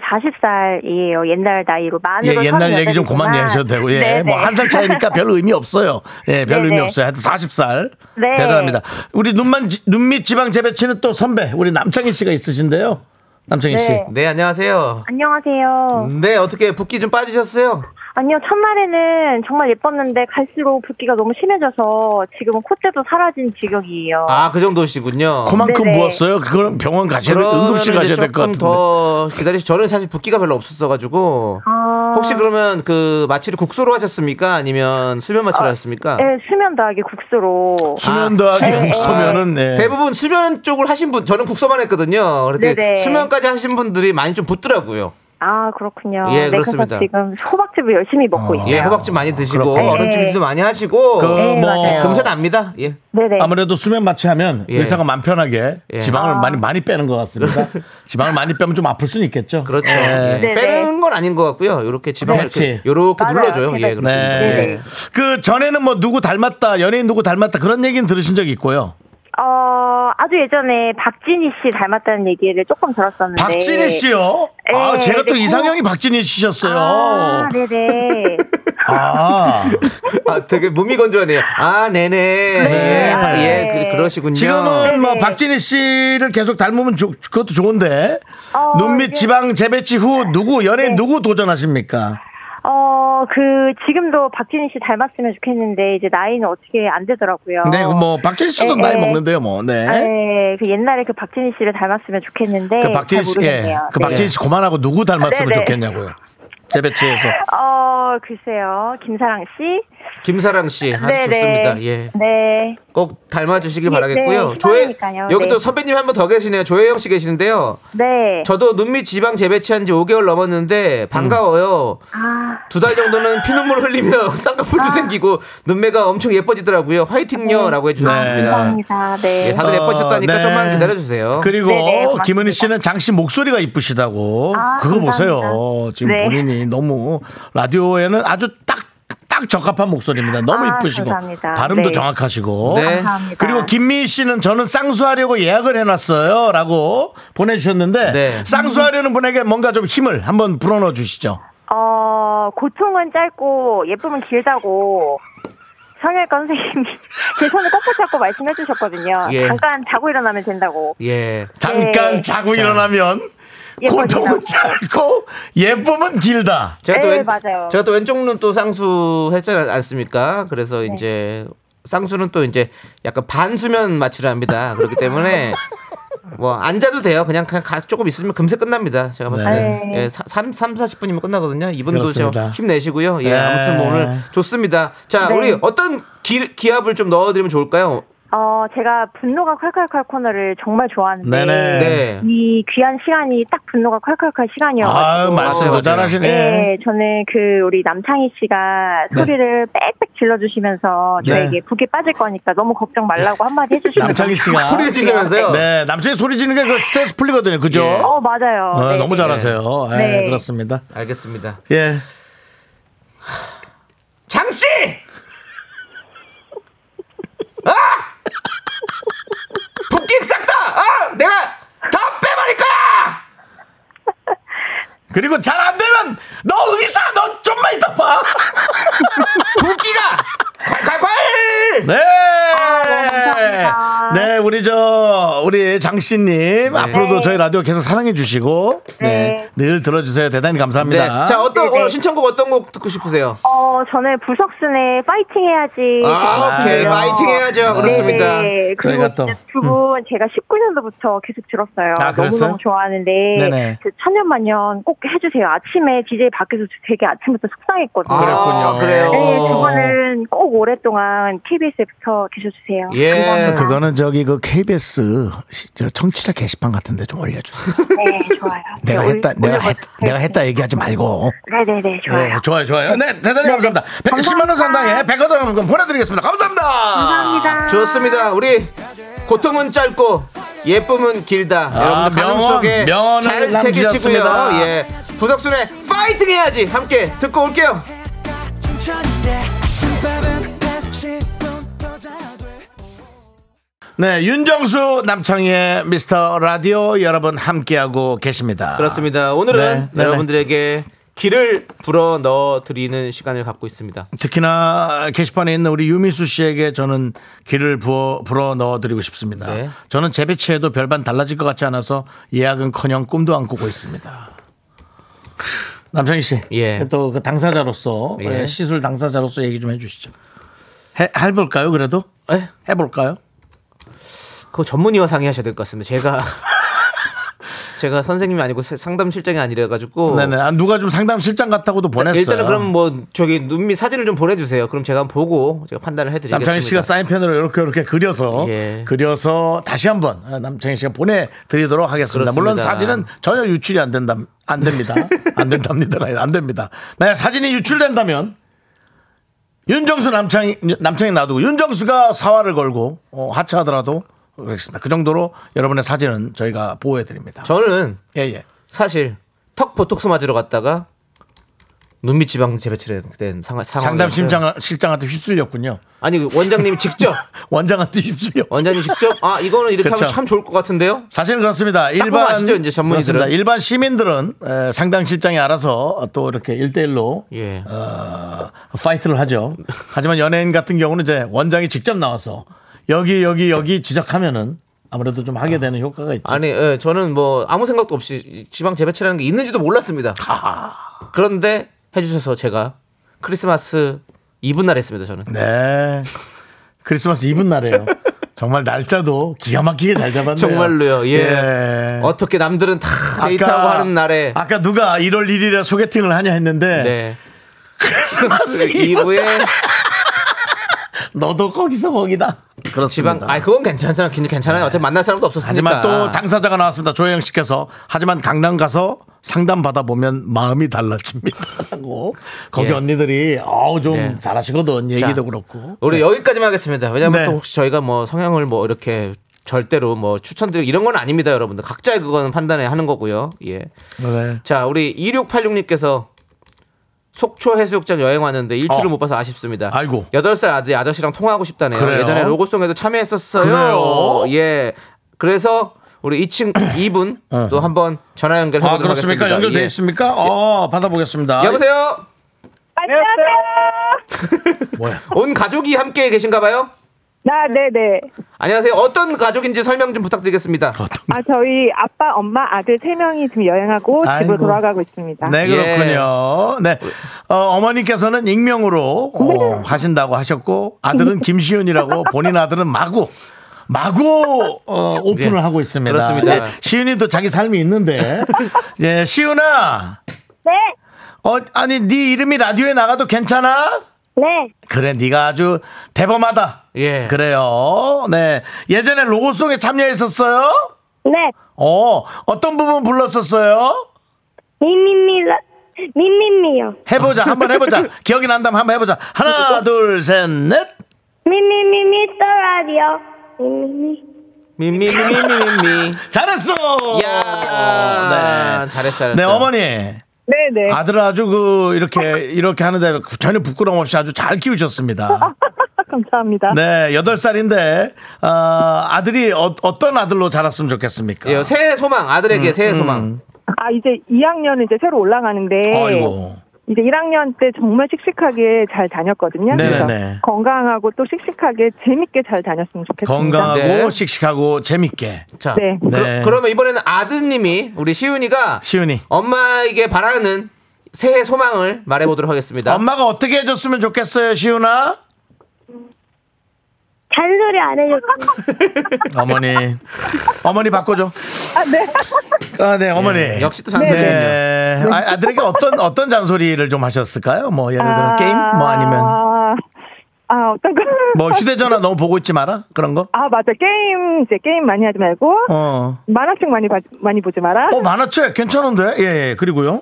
E: 40살이에요. 옛날 나이로
A: 예,
E: 만으로
A: 옛날 얘기 좀
E: 38이지만.
A: 그만 내셔도 되고,
E: 아, 네네.
A: 예. 뭐 한 살 차이니까 별 의미 없어요. 예, 별
E: 네네.
A: 의미 없어요. 하여튼 40살.
E: 네.
A: 대단합니다. 우리 눈만, 지- 눈밑 지방 재배치는 또 선배, 우리 남창희 씨가 있으신데요. 남창희 씨.
E: 네.
B: 네, 안녕하세요.
E: 안녕하세요.
A: 음.
B: 네, 어떻게 붓기 좀 빠지셨어요?
E: 아니요, 첫날에는 정말 예뻤는데 갈수록 붓기가 너무 심해져서 지금은 콧대도 사라진 지경이에요.
B: 아, 그 정도시군요.
A: 코만큼
E: 네네.
A: 부었어요. 그거는 병원 가셔야 돼.
B: 그러면은
A: 응급실 가셔야
B: 이제
A: 될 것
B: 조금
A: 같은데.
B: 더 기다리시. 저는 사실 붓기가 별로 없었어가지고
E: 아.
B: 혹시 그러면 그 마취를 국소로 하셨습니까? 아니면 수면 마취를 하셨습니까?
E: 네, 수면 더하기 국수로.
A: 수면 더하기
B: 아,
A: 국소면은,
B: 아,
A: 네.
B: 대부분 수면 쪽을 하신 분 저는 국소만 했거든요. 그런데
E: 네네.
B: 수면까지 하신 분들이 많이 좀 붙더라고요.
E: 아, 그렇군요.
B: 예,
E: 네,
B: 그렇습니다.
E: 그래서 지금 호박즙을 열심히 먹고 있어요.
B: 예, 호박즙 많이 드시고
A: 아, 그렇군요.
B: 얼음찜질도 많이 하시고 네,
A: 그, 뭐,
E: 네, 맞아요.
B: 금세 납니다. 예.
E: 네네.
A: 아무래도 수면 마취하면
B: 예.
A: 의사가 맘 편하게
B: 예.
E: 아.
A: 지방을 많이 많이 빼는 것 같습니다. 지방을 많이 빼면 좀 아플 수는 있겠죠.
B: 그렇죠.
A: 예.
B: 예.
E: 네네.
B: 빼는 건 아닌 것 같고요. 이렇게 지방을
A: 네. 그렇지.
B: 이렇게, 요렇게
E: 맞아요.
B: 눌러줘요. 예, 그렇습니다.
A: 네.
B: 예.
A: 그 전에는 뭐 누구 닮았다, 연예인 누구 닮았다 그런 얘기는 들으신 적 있고요.
E: 어, 아주 예전에 박진희 씨 닮았다는 얘기를 조금
F: 네.
E: 들었었는데.
F: 예.
A: 박진희 씨요. 아,
E: 네,
A: 제가
E: 네,
A: 또
F: 아,
A: 이상형이 박진희 씨셨어요.
E: 아, 네네.
A: 아,
B: 아, 되게 무미건조하네요. 아, 네네. 예, 예, 그, 그러시군요.
A: 네. 지금은
F: 네.
A: 뭐 박진희 씨를 계속 닮으면 좋- 그것도 좋은데
F: 어,
A: 눈밑
F: 이게-
A: 지방 재배치 후 누구
F: 네.
A: 연예인 누구 도전하십니까?
F: 어, 그, 지금도 박진희 씨 닮았으면 좋겠는데, 이제 나이는 어떻게 안 되더라고요.
A: 네, 뭐 박진희 씨도
F: 아. 네,
A: 나이
F: 네.
A: 먹는데요, 뭐. 네.
F: 아, 네, 그 옛날에 그 박진희 씨를 닮았으면 좋겠는데.
A: 그 박진희 씨,
F: 잘
A: 예,
F: 모르겠네요.
A: 그
F: 네.
A: 박진희 씨 그만하고 누구 닮았으면
F: 네, 네.
A: 좋겠냐고요. 재배치에서 네.
F: 어, 글쎄요. 김사랑 씨?
B: 김사랑 씨, 아주
F: 네,
B: 좋습니다.
F: 네.
B: 예.
F: 네.
B: 꼭 닮아주시길
F: 예,
B: 바라겠고요.
F: 네,
B: 조혜,
F: 희망이니까요.
B: 여기
F: 네.
B: 또 선배님 한 분 더 계시네요. 조혜영 씨 계시는데요.
F: 네.
B: 저도 눈밑 지방 재배치한 지 5개월 넘었는데 반가워요.
F: 아,
B: 두 달 정도는 피눈물 흘리며 쌍꺼풀도 생기고 눈매가 엄청 예뻐지더라고요. 화이팅요라고 해주셨습니다.
F: 감사합니다. 네.
B: 예, 다들 예뻐지셨다니까
A: 어, 네.
B: 좀만 기다려주세요.
A: 그리고
F: 네, 네, 고맙습니다.
A: 김은희 씨는 장 씨 목소리가 이쁘시다고
F: 아,
A: 그거
F: 감사합니다.
A: 보세요. 지금
F: 네.
A: 본인이 너무 라디오에는 아주 딱. 딱 적합한 목소리입니다. 너무
F: 아,
A: 이쁘시고
F: 감사합니다.
A: 발음도
F: 네.
A: 정확하시고
B: 네.
F: 감사합니다.
A: 그리고 김미희 씨는 저는 쌍수하려고 예약을 해놨어요라고 보내주셨는데
B: 네.
A: 쌍수하려는 분에게 뭔가 좀 힘을 한번 불어넣어 주시죠.
F: 어, 고통은 짧고, 예쁨은 길다고. 성형외과 선생님이 제 손을 꼭 붙잡고 말씀해 주셨거든요.
B: 예.
F: 잠깐 자고 일어나면 된다고.
B: 예.
A: 잠깐
F: 네.
A: 자고 일어나면
F: 예뻐진다고.
A: 고통은 짧고 예쁨은 길다.
B: 제가
F: 네,
B: 또 왼,
F: 맞아요.
B: 제가 또 왼쪽 눈 또 쌍수 했지 않- 않습니까? 그래서
F: 네.
B: 이제 쌍수는 또 이제 약간 반수면 마취를 합니다. 그렇기 때문에 뭐 앉아도 돼요. 그냥 그냥 가- 조금 있으면 금세 끝납니다. 제가 봤을 때.
F: 네.
B: 예, 3 3 40분이면 끝나거든요. 이분도 저
A: 그렇습니다.
B: 힘내시고요. 예,
A: 네.
B: 아무튼 뭐 오늘 좋습니다. 자,
F: 네.
B: 우리 어떤 기, 기합을 좀 넣어 드리면 좋을까요?
F: 어, 제가 분노가 콸콸콸 코너를 정말 좋아하는데.
A: 네네.
B: 네.
F: 이 귀한 시간이 딱 분노가 콸콸콸
A: 아
F: 시간이어가지고.
A: 말씀도
B: 맞아요.
A: 잘하시네.
F: 네, 저는 그 우리 남창희 씨가
A: 네.
F: 소리를 빽빽 질러주시면서
A: 네.
F: 저에게 북이 빠질 거니까 너무 걱정 말라고 한마디 해주시면
A: 남창희 씨가
F: 아,
B: 소리를 지르면서요.
A: 네 남창희 소리 지르는 게 그 스트레스 풀리거든요. 그죠?
B: 예.
F: 어 맞아요.
A: 어,
F: 네.
A: 너무 잘하세요. 예,
F: 네.
A: 그렇습니다.
B: 알겠습니다.
A: 예.
B: 장씨! 아! 붓기 싹다! 아! 내가 다 빼버릴 거야!
A: 그리고 잘 안 되면 너 의사 너 좀만 이따 봐.
B: 붓기가! 콸콸콸! 아,
A: 네.
F: 감사합니다.
A: 네, 우리 저 우리 장씨님
B: 네.
A: 앞으로도 저희 라디오 계속 사랑해 주시고 네. 늘 들어주세요. 대단히
B: 네.
A: 감사합니다.
B: 자, 어떤,
F: 네, 네.
B: 오늘 신청곡 어떤 곡 듣고 싶으세요?
F: 어 저는 부석순의 파이팅 해야지.
B: 아,
F: 듣고
A: 네.
B: 오케이.
F: 싶어요.
B: 파이팅 해야죠. 그렇습니다.
F: 네,
A: 저희가 음.
F: 그리고
A: 또,
F: 두분 제가 19년도부터 계속 들었어요.
A: 아, 그랬어요?
F: 너무너무 좋아하는데
A: 네네.
F: 그 천년만년 꼭 해주세요. 아침에 DJ 밖에서 되게 아침부터 속상했거든요.
B: 그랬군요. 그래요.
F: 네, 두 분은 꼭 오랫동안 KBS에 붙어 계셔주세요.
B: 예,
F: 감사합니다.
A: 그거는 저기 그 KBS 시- 저 청취자 게시판 같은데 좀 올려주세요.
F: 네, 좋아요.
A: 내가
F: 네, 올-
A: 했다, 내가
F: 올려봐도
A: 했, 내가 했다 얘기하지 말고.
F: 네네네, 좋아요.
A: 네, 좋아요, 좋아요. 네, 대단히 감사합니다. 110만 원 상당의 백화점 상품 보내드리겠습니다. 감사합니다.
F: 감사합니다.
B: 아, 좋습니다. 우리 고통은 짧고 예쁨은 길다. 여러분들 가슴
A: 명언,
B: 속에
A: 명언을
B: 잘 새기시고요.
A: 남기셨습니다.
B: 예. 부석순의 파이팅 해야지. 함께 듣고 올게요.
A: 네, 윤정수 남창희의 미스터 라디오 여러분 함께하고 계십니다.
B: 그렇습니다. 오늘은
A: 네, 네네.
B: 여러분들에게 길을 불어 넣어 드리는 시간을 갖고 있습니다.
A: 특히나 게시판에 있는 우리 유미수 씨에게 저는 길을 부어, 불어 넣어드리고 싶습니다.
B: 네.
A: 저는 재배치해도 별반 달라질 것 같지 않아서 예약은커녕 꿈도 안 꾸고 있습니다. 남창희 씨,
B: 예.
A: 또 그 당사자로서
B: 예.
A: 예, 시술 당사자로서 얘기 좀 해주시죠. 해 해볼까요? 그래도
B: 에?
A: 해볼까요?
B: 그거 전문의와 상의하셔야 될 것 같습니다. 제가 제가 선생님이 아니고 세- 상담 실장이 아니라 가지고
A: 네네. 아, 누가 좀 상담 실장 같다고도 보냈어요.
B: 어. 일단은 그럼 뭐 저기 눈미 사진을 좀 보내주세요. 그럼 제가 한번 보고 제가 판단을 해드리겠습니다.
A: 남창희 씨가 사인펜으로 이렇게 이렇게 그려서
B: 예.
A: 그려서 다시 한번 아, 남창희 씨가 보내드리도록 하겠습니다.
B: 그렇습니다.
A: 물론 사진은 전혀 유출이 안 된다 안 됩니다. 안 된답니다. 안 됩니다. 만약 사진이 유출된다면 윤정수 남창희 남창희 놔두고 윤정수가 사활을 걸고 어, 하차하더라도 그렇습니다. 그 정도로 여러분의 사진은 저희가 예, 보호해드립니다.
B: 저는
A: 예예.
B: 사실 턱 보톡스 맞으러 갔다가 눈밑 지방 재배치된 상황
A: 장담 심장 실장한테 휩쓸렸군요.
B: 아니 그 원장님이 직접
A: 원장한테 휩쓸려.
B: 원장님 직접 아 이거는 이렇게
A: 그쵸.
B: 하면 참 좋을 것 같은데요.
A: 사실은 그렇습니다.
B: 보면
A: 일반
B: 아시죠, 이제 전문의들은.
A: 그렇습니다. 일반 시민들은 에, 상당 실장이 알아서 또 이렇게 일대일로
B: 예.
A: 어, 파이트를 하죠. 하지만 연예인 같은 경우는 이제 원장이 직접 나와서 여기 여기 여기 지적하면은 아무래도 좀 하게 되는 효과가 있죠.
B: 아니 예, 저는 뭐 아무 생각도 없이 지방 재배치라는 게 있는지도 몰랐습니다.
A: 아.
B: 그런데 해주셔서 제가 크리스마스 이브 날 했습니다. 저는
A: 네. 크리스마스 이브 날이에요. 정말 날짜도 기가 막히게 잘 잡았네요.
B: 정말로요. 예.
A: 예.
B: 어떻게 남들은 다 데이트하고 하는 날에
A: 아까 누가 1월 1일에 소개팅을 하냐 했는데
B: 네. 그
A: 크리스마스 이브
B: 이브에
A: 너도 거기서 거기다. 그렇습니다.
B: 지방 아 그건 괜찮잖아. 괜찮아요. 어차피 만날 사람도 없었으니까.
A: 하지만 또 당사자가 나왔습니다. 조혜영 씨께서 하지만 강남 가서 상담 받아 보면 마음이 달라집니다라고 거기
B: 예.
A: 언니들이 어우 좀
B: 네.
A: 잘하시거든 얘기도
B: 자, 어,
A: 그렇고
B: 우리 여기까지만 하겠습니다. 왜냐하면
A: 네.
B: 또 혹시 저희가 뭐 성향을 뭐 이렇게 절대로 뭐 추천드리고 이런 건 아닙니다, 여러분들. 각자의 그건 판단해 하는 거고요. 예.
A: 네.
B: 자, 우리 2686님께서 속초 해수욕장 여행 왔는데 일출을
A: 어.
B: 못 봐서 아쉽습니다.
A: 아이고.
B: 8살 아들이 아저씨랑 통화하고 싶다네요.
A: 그래요?
B: 예전에 로고송에도 참여했었어요.
A: 그래요?
B: 예. 그래서 우리 2층 2분 또 한번 전화 연결해
A: 어. 아
B: 보도록
A: 그렇습니까
B: 하겠습니다.
A: 연결돼
B: 예.
A: 있습니까? 어 받아보겠습니다.
B: 여보세요?
F: 안녕하세요.
A: 뭐야?
B: 온 가족이 함께 계신가 봐요?
F: 나, 네네.
B: 안녕하세요. 어떤 가족인지 설명 좀 부탁드리겠습니다.
A: 그,
F: 아, 저희 아빠, 엄마, 아들 세명이 지금 여행하고
A: 아이고.
F: 집으로 돌아가고 있습니다.
A: 네
B: 예.
A: 그렇군요. 네 어, 어머니께서는 익명으로
F: 네.
A: 어, 하신다고 하셨고 아들은 김시윤이라고 본인 아들은 마구 마구 어, 오픈을
B: 예.
A: 하고 있습니다.
B: 그렇습니다.
A: 예, 시윤이도 자기 삶이 있는데 예, 시윤아
H: 네,
A: 어, 아니 네 이름이 라디오에 나가도 괜찮아?
H: 네,
A: 그래 네가 아주 대범하다.
B: 예.
A: 그래요. 네 예전에 로고송에 참여했었어요.
H: 네.
A: 어 어떤 부분 불렀었어요?
H: 미미미, 라- 미미미요.
A: 해보자 한번 해보자. 기억이 난다면 한번 해보자. 하나 둘 셋 넷.
H: 미미미 미스터 라디오. 미미미.
B: 미미미미미미.
A: 잘했어.
B: 야, 잘했어, 잘했어.
A: 네 어머니.
F: 네네.
A: 아들을 아주 그 이렇게 이렇게 하는데 전혀 부끄러움 없이 아주 잘 키우셨습니다.
F: 감사합니다.
A: 네, 여덟 살인데 어, 아들이 어, 떤 아들로 자랐으면 좋겠습니까?
B: 예, 새해 소망 아들에게
A: 음,
B: 새해 소망.
F: 아, 이제 2학년 이제 새로 올라가는데.
A: 아이고.
F: 이제 1학년 때 정말 씩씩하게 잘 다녔거든요.
A: 네네네.
F: 그래서 건강하고 또 씩씩하게 재밌게 잘 다녔으면 좋겠습니다.
A: 건강하고
B: 네.
A: 씩씩하고 재밌게
B: 자,
F: 네.
A: 네.
B: 그러면 이번에는 아드님이 우리 시윤이가
A: 시윤이
B: 엄마에게 바라는 새해 소망을 말해보도록 하겠습니다.
A: 엄마가 어떻게 해줬으면 좋겠어요 시윤아
H: 잔소리 안 해줄 거예요. 아, 네.
A: 어머니 어머니 바꿔줘 아네 어머니
B: 예, 역시 또
A: 네.
B: 잔소리군요.
A: 아, 들에게 어떤 어떤 잔소리를 좀 하셨을까요 뭐 예를
H: 아.
A: 들어 게임 뭐 아니면
F: 아, 아 어떤 거?
A: 뭐 휴대전화 너무 보고 있지 마라 그런 거
F: 아 맞아 게임 이제 게임 많이 하지 말고
A: 어.
F: 만화책 많이 봐, 많이 보지 마라.
A: 어 만화책 괜찮은데 예, 예. 그리고요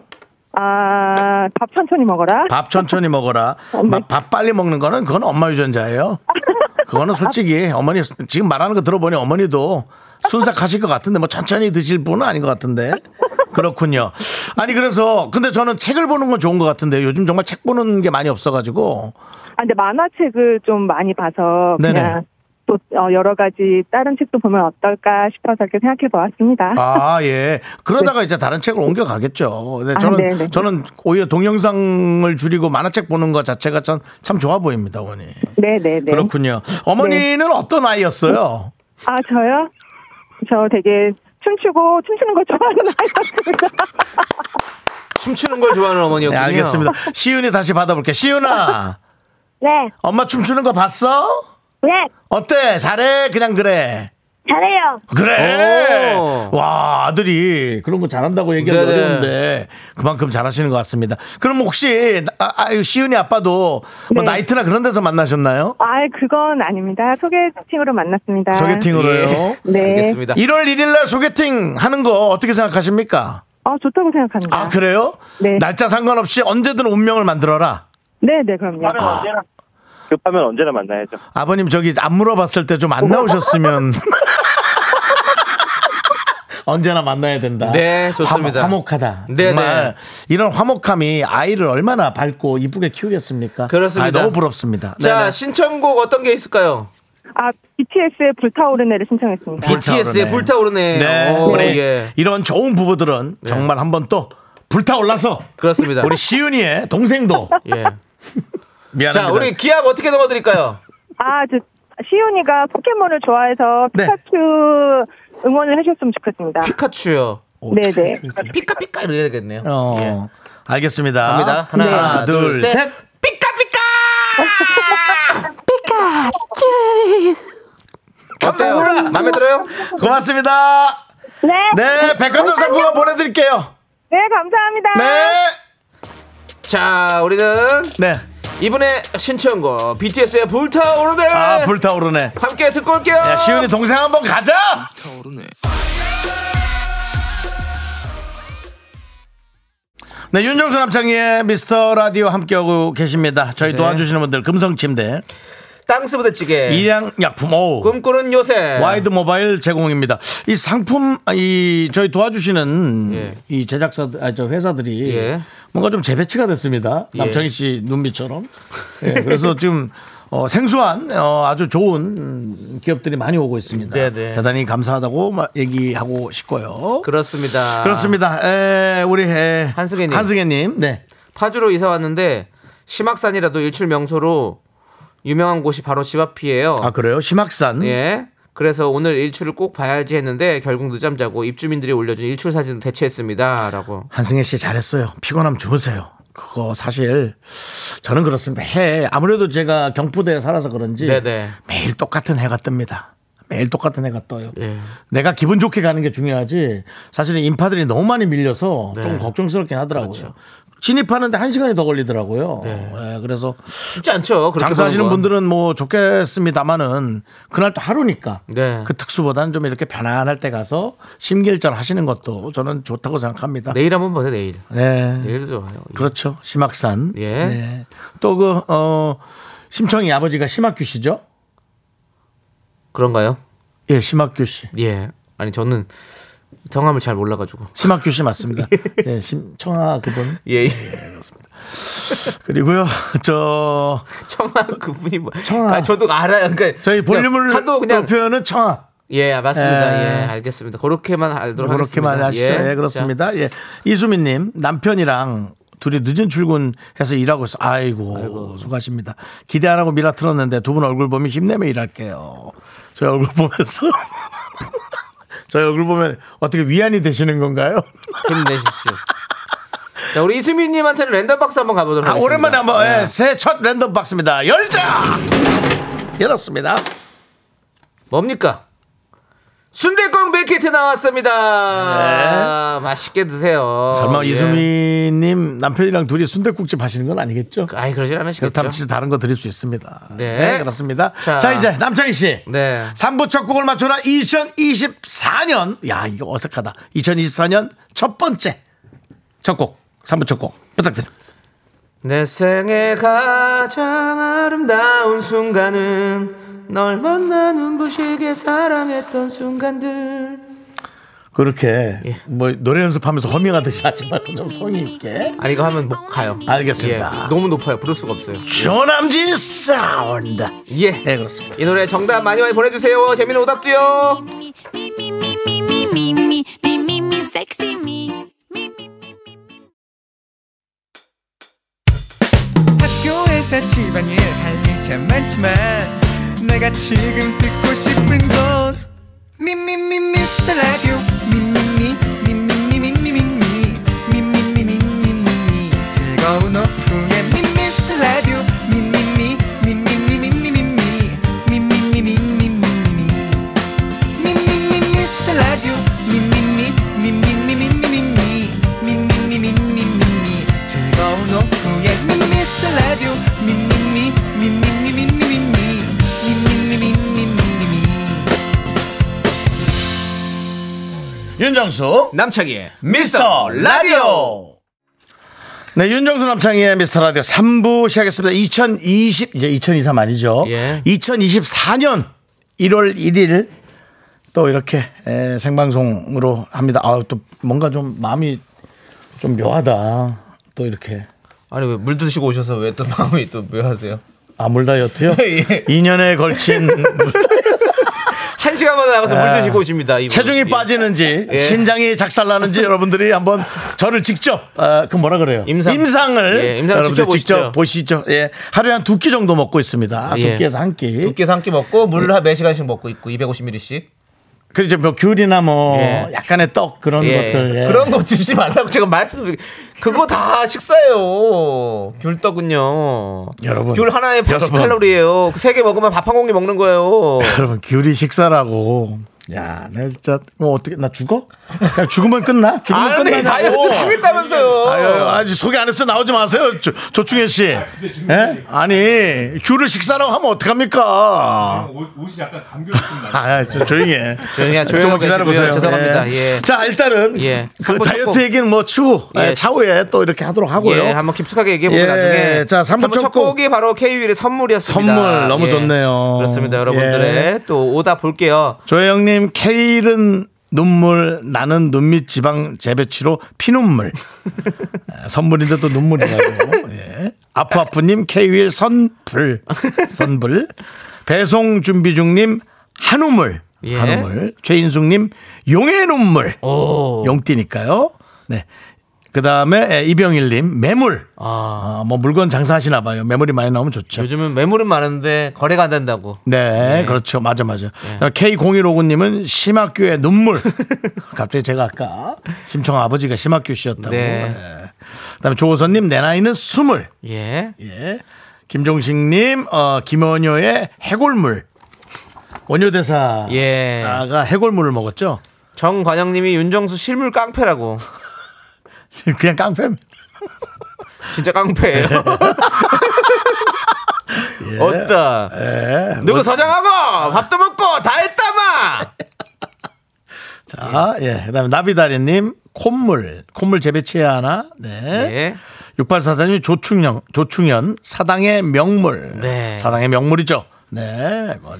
F: 아밥 천천히 먹어라.
A: 밥 천천히 먹어라
F: 아, 네.
A: 마- 밥 빨리 먹는 거는 그건 엄마 유전자예요 그거는 솔직히 어머니 지금 말하는 거 들어보니 어머니도 순삭하실 것 같은데 뭐 천천히 드실 분은 아닌 것 같은데 그렇군요. 아니 그래서 근데 저는 책을 보는 건 좋은 것 같은데 요즘 정말 책 보는 게 많이 없어가지고
F: 아 근데 만화책을 좀 많이 봐서 그냥
A: 네네.
F: 또 어, 여러 가지 다른 책도 보면 어떨까 싶어서 이렇게 생각해 보았습니다.
A: 아 예 그러다가 이제 다른 책을 옮겨 가겠죠. 네,
F: 아,
A: 저는
F: 네네.
A: 저는 오히려 동영상을 줄이고 만화책 보는 것 자체가 참, 참 좋아 보입니다, 어머니.
F: 네네네. 네.
A: 그렇군요. 어머니는 어떤 아이였어요?
F: 아 저요? 저 되게 춤추고 춤추는 거 좋아하는 아이였습니다.
B: 춤추는 걸 좋아하는
A: 네,
B: 어머니였군요.
A: 알겠습니다. 시윤이 다시 받아볼게. 시윤아,
H: 네,
A: 엄마 춤추는 거 봤어?
H: 네,
A: 어때? 잘해? 그냥 그래?
H: 잘해요.
A: 그래!
B: 오.
A: 와, 아들이 그런 거 잘한다고 얘기하기
B: 네네.
A: 어려운데 그만큼 잘하시는 것 같습니다. 그럼 혹시, 아, 아, 시윤이 아빠도 뭐
F: 네.
A: 나이트나 그런 데서 만나셨나요?
F: 아 그건 아닙니다. 소개팅으로 만났습니다.
B: 예.
A: 소개팅으로요?
F: 네.
B: 알겠습니다.
A: 1월 1일 날 소개팅 하는 거 어떻게 생각하십니까?
F: 아 좋다고 생각합니다.
A: 아, 그래요?
F: 네.
A: 날짜 상관없이 언제든 운명을 만들어라.
F: 네네 그럼요.
A: 아.
G: 언제나 급하면 언제나 만나야죠.
A: 아버님 저기 안 물어봤을 때 좀 안 나오셨으면 언제나 만나야 된다.
B: 네, 좋습니다.
A: 화목, 하다
B: 네,
A: 정말 이런 화목함이 아이를 얼마나 밝고 이쁘게 키우겠습니까?
B: 그렇습니다.
A: 아, 너무 부럽습니다.
B: 자,
A: 네네.
B: 신청곡 어떤 게 있을까요?
F: 아, BTS의 불타오르네를 신청했습니다.
A: 불타오르네.
B: BTS의 불타오르네.
A: 네,
B: 오,
A: 우리
B: 예. 네.
A: 이런 좋은 부부들은 정말 한번 또 불타올라서
B: 그렇습니다.
A: 우리 시윤이의 동생도
B: 예.
A: 미안합니다.
B: 자, 우리 기합 어떻게 넘어드릴까요?
F: 아, 저, 시윤이가 포켓몬을 좋아해서
A: 네.
F: 피카츄 응원을 해줬으면 좋겠습니다.
B: 피카츄요.
F: 네네.
B: 피카피카 이래야 되겠네요.
A: 어, 아,
B: 예.
A: 알겠습니다.
B: 갑니다. 하나, 둘, 셋. 피카피카! 피카! 어때요? 마음에 들어요?
A: 고맙습니다.
H: 네.
A: 네, 백화점 상품권 보내드릴게요.
F: 네, 감사합니다.
A: 네.
B: 자, 우리는
A: 네.
B: 이분의 신청곡 BTS의 불타오르네.
A: 아, 불타오르네.
B: 함께 듣고 올게요.
A: 야, 시윤이 동생 한번 가자! 네, 윤정수 남창희의 미스터 라디오 함께하고 계십니다. 저희 도와주시는 분들, 금성침대,
B: 땅스 부대찌개.
A: 일양약품, 오
B: 꿈꾸는 요새.
A: 와이드 모바일 제공입니다. 이 상품 아, 이 저희 도와주시는
B: 예.
A: 이 제작사 아 저 회사들이
B: 예.
A: 뭔가 좀 재배치가 됐습니다.
B: 예.
A: 남창희 씨 눈밑처럼. 예, 그래서 지금 어, 생소한 어, 아주 좋은 음, 기업들이 많이 오고 있습니다.
B: 네네.
A: 대단히 감사하다고 마- 얘기하고 싶고요.
B: 그렇습니다.
A: 그렇습니다. 에, 우리 에,
B: 한승혜님.
A: 한승혜님, 네.
B: 파주로 이사 왔는데 심악산이라도 일출 명소로 유명한 곳이 바로 집 앞이에요.
A: 아 그래요? 심학산.
B: 어. 예. 그래서 오늘 일출을 꼭 봐야지 했는데 결국 늦잠 자고 입주민들이 올려준 일출 사진을 대체했습니다라고.
A: 한승혜 씨 잘했어요. 피곤함 주무세요. 그거 사실 저는 그렇습니다. 해 아무래도 제가 경포대에 살아서 그런지
B: 네네.
A: 매일 똑같은 해가 뜹니다. 매일 똑같은 해가 떠요.
B: 예.
A: 내가 기분 좋게 가는 게 중요하지. 사실은 인파들이 너무 많이 밀려서
B: 네. 그렇죠.
A: 좀 걱정스럽긴 하더라고요. 진입하는데 한 시간이 더 걸리더라고요. 예, 그래서
B: 쉽지 않죠. 네. 그렇게
A: 장사하시는
B: 보는 건.
A: 분들은 뭐 좋겠습니다만은 그날 또 하루니까
B: 네.
A: 그 특수보다는 좀 이렇게 편안할 때 가서 심기일전 하시는 것도 저는 좋다고 생각합니다.
B: 내일 한번 보세요. 내일.
A: 네.
B: 내일도 좋아요.
A: 그렇죠. 심학산.
B: 예.
A: 네. 또 그, 어, 심청이 아버지가 심학규 씨죠?
B: 그런가요?
A: 예, 심학규 씨.
B: 예. 아니 저는 정함을 잘 몰라가지고.
A: 심학규 씨 맞습니다. 예, 심청아 그분.
B: 예. 예.
A: 그리고요, 저,
B: 청아 그분이 뭐.
A: 청아.
B: 아, 저도 알아요. 그러니까
A: 저희 볼륨을
B: 그냥 하도 그냥
A: 표현은 청아.
B: 예 맞습니다.
A: 예.
B: 예, 알겠습니다. 그렇게만 알도록
A: 그렇게만 하시죠.
B: 하겠습니다.
A: 예, 그렇습니다. 예. 이수민 님, 남편이랑 둘이 늦은 출근해서 일하고 있어. 아이고, 수고하십니다. 기대 안 하고 미라 틀었는데 두 분 얼굴 보면 힘내며 일할게요. 저희 얼굴 보면서. 저희 얼굴 보면 어떻게 위안이 되시는 건가요?
B: 자, 힘내십시오. 자 우리 이수민님한테는 랜덤 박스 한번 가보도록
A: 아,
B: 하겠습니다.
A: 오랜만에 한번
B: 예.
A: 예, 새해 첫 랜덤 박스입니다. 열자! 열었습니다.
B: 어, 뭡니까? 순대국 밀키트 나왔습니다. 맛있게 드세요.
A: 네. 설마
B: 예.
A: 이수민님 남편이랑 둘이 순댓국집 하시는 건 아니겠죠?
B: 아이 그러진
A: 그렇다면
B: 않으시겠죠.
A: 진짜 다른 거 드릴 수 있습니다.
B: 네.
A: 그렇습니다. 자,
B: 자.
A: 이제 남창희 씨.
B: 네.
A: 3부 첫 곡을 맞춰라 2024년. 야, 이거 어색하다. 2024년 첫 번째 첫 곡. 3부 첫 곡. 부탁드립니다.
B: 내 생에 가장 아름다운 순간은 널 만나 눈부시게 사랑했던 순간들.
A: 그렇게
B: 예.
A: 뭐 노래 연습하면서 허밍하듯이 하지만 좀 성의 있게.
B: 아니 이거 하면 목 가요.
A: 알겠습니다.
B: 예, 너무 높아요. 부를 수가 없어요.
A: 조남진 사운드.
B: 예.
A: 네, 그렇습니다.
B: 이 노래 정답 많이 많이 보내주세요. 재미는 오답도요.
D: 학교에서 집안일 할 일 참 많지만 내가 지금 듣고 싶은 건 미미미 미스터 라디오 미미미 미미미 미미미 미미미 미미미 즐거운 오후에 미스터 라디오 미미미 미미미 미미미 미미미 미미미 미미미 미스터 라디오 미미미 미미미 미미미 미미미 미미미 즐거운 오후에 미스터 라디오 미미미 미미미 미미미 미미미 미미미
A: 윤정수
B: 남창희의
A: 미스터 라디오. 네, 윤정수 남창희의 미스터 라디오 3부 시작했습니다. 2020 이제 2023 아니죠?
B: 예.
A: 2024년 1월 1일 또 이렇게 에, 생방송으로 합니다. 아, 또 뭔가 좀 마음이 좀 묘하다. 또 이렇게
B: 아니 왜 물 드시고 오셔서 왜 또 마음이 또 묘하세요?
A: 아물 다이어트요?
B: 예.
A: 2년에 걸친 물-
B: 한 시간마다 나가서 물 드시고 오십니다. 이분.
A: 체중이
B: 예.
A: 빠지는지
B: 예.
A: 신장이 작살나는지 여러분들이 한번 저를 직접 아, 그 뭐라 그래요?
B: 임상.
A: 을
B: 예, 임상
A: 여러분들
B: 지켜보시죠.
A: 직접 보시죠. 예. 하루에 한 두 끼 정도 먹고 있습니다.
B: 예.
A: 두 끼에서 한 끼.
B: 두께서 한 끼 먹고 물을 한 4시간씩 먹고 있고 250ml씩.
A: 그리고 뭐 귤이나 뭐
B: 예.
A: 약간의 떡 그런 것들. 예.
B: 그런 거 드시지 말라고 제가 말씀 그거 다 식사예요. 귤떡은요.
A: 여러분,
B: 귤 하나에 80
A: 여러분.
B: 칼로리예요. 그 세 개 먹으면 밥 한 공기 먹는 거예요.
A: 여러분 귤이 식사라고. 야, 나 진짜 뭐 어떻게 나 죽어? 그냥 죽으면 끝나? 죽으면
B: 아니
A: 끝나냐고.
B: 다이어트 하겠다면서요.
A: 아유, 아직 소개 안 했어 나오지 마세요 조, 조충현 씨. 예? 아니 귤을 식사라고 하면 어떡합니까? 옷이 약간 감겨. 아, 저- 조용히 해. 아,
B: 조용히 해, 조용히
A: 조금만
B: 하고
A: 기다려 보세요.
B: 계시고요. 죄송합니다. 예.
A: 자, 일단은
B: 예.
A: 그
B: 삼부
A: 다이어트
B: 쳤고.
A: 얘기는 뭐 추후
B: 예.
A: 예, 차후에 또 이렇게 하도록 하고요.
B: 예, 한번 깊숙하게 얘기해보고
A: 예,
B: 나중에
A: 자, 삼부
B: 삼부 첫
A: 첫 곡.
B: 곡이 바로 KU의 선물이었습니다.
A: 선물 너무
B: 예.
A: 좋네요.
B: 그렇습니다. 여러분들의 또 오다 볼게요.
A: 조혜영님 케일은 눈물 나는 눈밑 지방 재배치로 피눈물 아, 선물인데 또 눈물이라고 예. 아프아프님 케일 선불 선불 배송 준비 중님 한우물
B: 예. 어.
A: 한우물 최인숙님 용의 눈물
B: 오.
A: 용띠니까요 네 그다음에 예, 이병일님 매물 아, 뭐 물건 장사하시나 봐요 매물이 많이 나오면 좋죠
B: 어. 요즘은 매물은 많은데 거래가 안 된다고.
A: 네, 그렇죠. 맞아, 맞아. K0159님은 심학교의 눈물. 갑자기 제가 아까 심청 아버지가 심학교 씨였다고.
B: 네.
A: 예. 그다음에 조호선님 내 나이는 스물.
B: 예.
A: 예. 김종식님 어, 김원효의 해골물. 원효대사가
B: 예.
A: 해골물을 먹었죠.
B: 정관영님이 윤정수 실물 깡패라고.
A: 그냥 깡패.
B: 진짜 깡패예요. 어따
A: 예.
B: 누구 서장하고 밥도 먹고 다 했다마.
A: 자, 예. 그다음에 나비다리님 콧물, 콧물 재배치해야 하나. 네.
B: 예.
A: 6844님 조충현, 조충현 사당의 명물.
B: 네.
A: 사당의 명물이죠. 네. 뭐,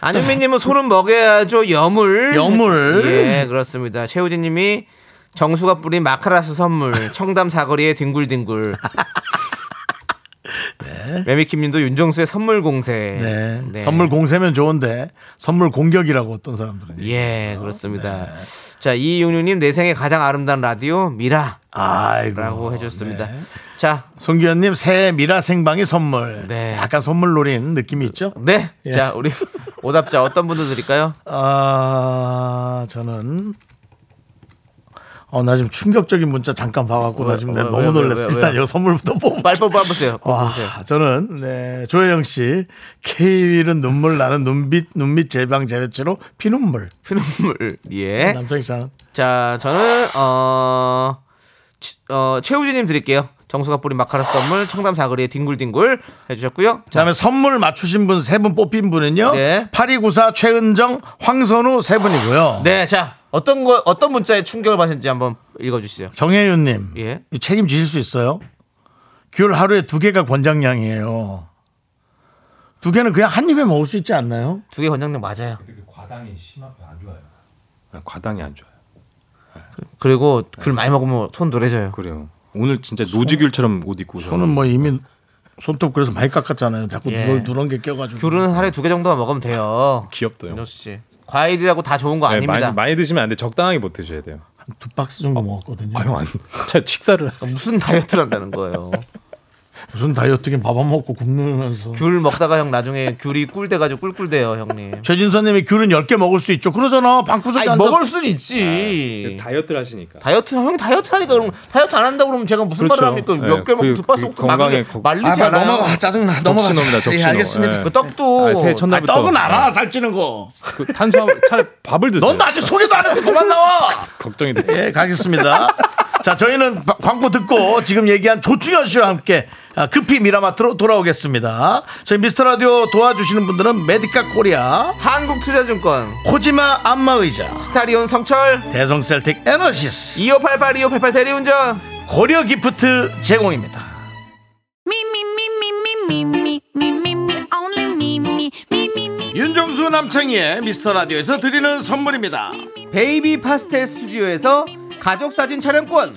B: 안윤미님은 손은 먹여야죠 여물.
A: 여물.
B: 예 그렇습니다. 최우진님이 정수가 뿌린 마카라스 선물 청담 사거리의 뒹굴뒹굴. 매미킴님도 윤정수의 선물 공세.
A: 예. 네. 선물 공세면 좋은데 선물 공격이라고 어떤 사람들은.
B: 예 그렇습니다.
A: 네.
B: 자 이윤유님 내 생에 가장 아름다운 라디오 미라.
A: 아이고.
B: 라고 해줬습니다.
A: 네.
B: 자,
A: 송기현님 새해 미라 생방이 선물.
B: 네.
A: 약간 선물 노린 느낌이 있죠.
B: 네.
A: 예.
B: 자, 우리 오답자 어떤 분들 드릴까요?
A: 아 저는 어 나 지금 충격적인 문자 잠깐 봐갖고 나
B: 왜,
A: 지금
B: 왜,
A: 내가
B: 왜,
A: 너무
B: 왜,
A: 놀랐어.
B: 왜,
A: 일단
B: 왜요?
A: 이 선물부터 뽑아.
B: 빨리 뽑아보세요.
A: 와,
B: 뽑아보세요.
A: 저는 네, 조혜영 씨 케이윌은 눈물 나는 눈빛 눈밑 제방 제외치로 피눈물.
B: 피눈물. 예.
A: 남성이 사는
B: 자, 저는 어, 치- 어 최우진님 드릴게요. 정수가 뿌린 마카라 선물 청담 사거리에 뒹굴뒹굴 해주셨고요. 자,
A: 그다음에 선물 맞추신 분 세 분 뽑힌 분은요.
B: 네.
A: 8294 최은정 황선우 세 분이고요.
B: 네, 자 어떤 거 어떤 문자에 충격을 받으셨는지 한번 읽어주시죠.
A: 정혜윤님
B: 예.
A: 이 책임지실 수 있어요? 귤 하루에 두 개가 권장량이에요. 두 개는 그냥 한 입에 먹을 수 있지 않나요?
B: 두 개 권장량 맞아요.
I: 과당이 안 좋아요.
B: 그리고 귤 많이 먹으면 손 노래져요.
I: 그래요. 오늘 진짜 노지귤처럼 옷 입고 오셔.
A: 저는 뭐 이미 손톱 그래서 많이 깎았잖아요. 자꾸
B: 예.
A: 누런, 누런 게 껴가지고.
B: 귤은 하루에 두 개 정도만 먹으면 돼요.
I: 귀엽다요.
B: 민호 씨, 과일이라고 다 좋은 거
I: 네,
B: 아닙니다.
I: 많이, 많이 드시면 안 돼. 적당하게 못 드셔야 돼요.
A: 두 박스
B: 어,
A: 정도 먹었거든요.
I: 아유 안. 자 식사를 하세요.
B: 무슨 다이어트를 한다는 거예요.
A: 무슨 다이어트긴 밥 안 먹고 굶으면서.
B: 귤 먹다가 형 나중에 귤이 꿀 돼가지고 꿀꿀대요 형님.
A: 최진선님이 귤은 10개 먹을 수 있죠. 그러잖아. 방구석에
B: 아니
A: 앉아.
B: 먹을 순
A: 아, 그
B: 있지.
I: 다이어트를 하시니까.
B: 다이어트 형 다이어트 하니까 그럼 다이어트 안 한다고 그러면 제가 무슨 말을
A: 그렇죠.
B: 합니까?
I: 예,
B: 몇 개 먹고
I: 그-
B: 두 박스
I: 그
B: 먹고 말리,
I: 건강에 거-
B: 말리지
A: 아,
B: 않아요.
A: 넘어가. 짜증나. 넘어가.
I: 접신호입니다,
A: 예,
I: 접신호.
A: 알겠습니다.
I: 예.
B: 그 떡도
I: 아, 새해
A: 아니,
I: 첫날부터.
A: 떡은 알아. 살찌는 거.
I: 그 탄수화물 차라리 밥을 드세요.
A: 넌 나 아직 소개도 안 해서 그만 나와.
I: 걱정이 돼.
A: 예, 가겠습니다. 자, 저희는 바- 광고 듣고 지금 얘기한 조충현 씨와 함께 아, 급히 미라마트로 돌아오겠습니다. 저희 미스터 라디오 도와주시는 분들은 메디카 코리아,
B: 한국투자증권
A: 코지마 안마의자,
B: 스타리온 성철
A: 대성셀틱 에너시스,
B: 2588 2588 대리운전
A: 고려 기프트 제공입니다.
C: 미미미미미미미미미미 only 미미 미미미
A: 윤정수 윤정수 남창희의 미스터 라디오에서 드리는 선물입니다.
B: 베이비 파스텔 스튜디오에서 가족 사진 촬영권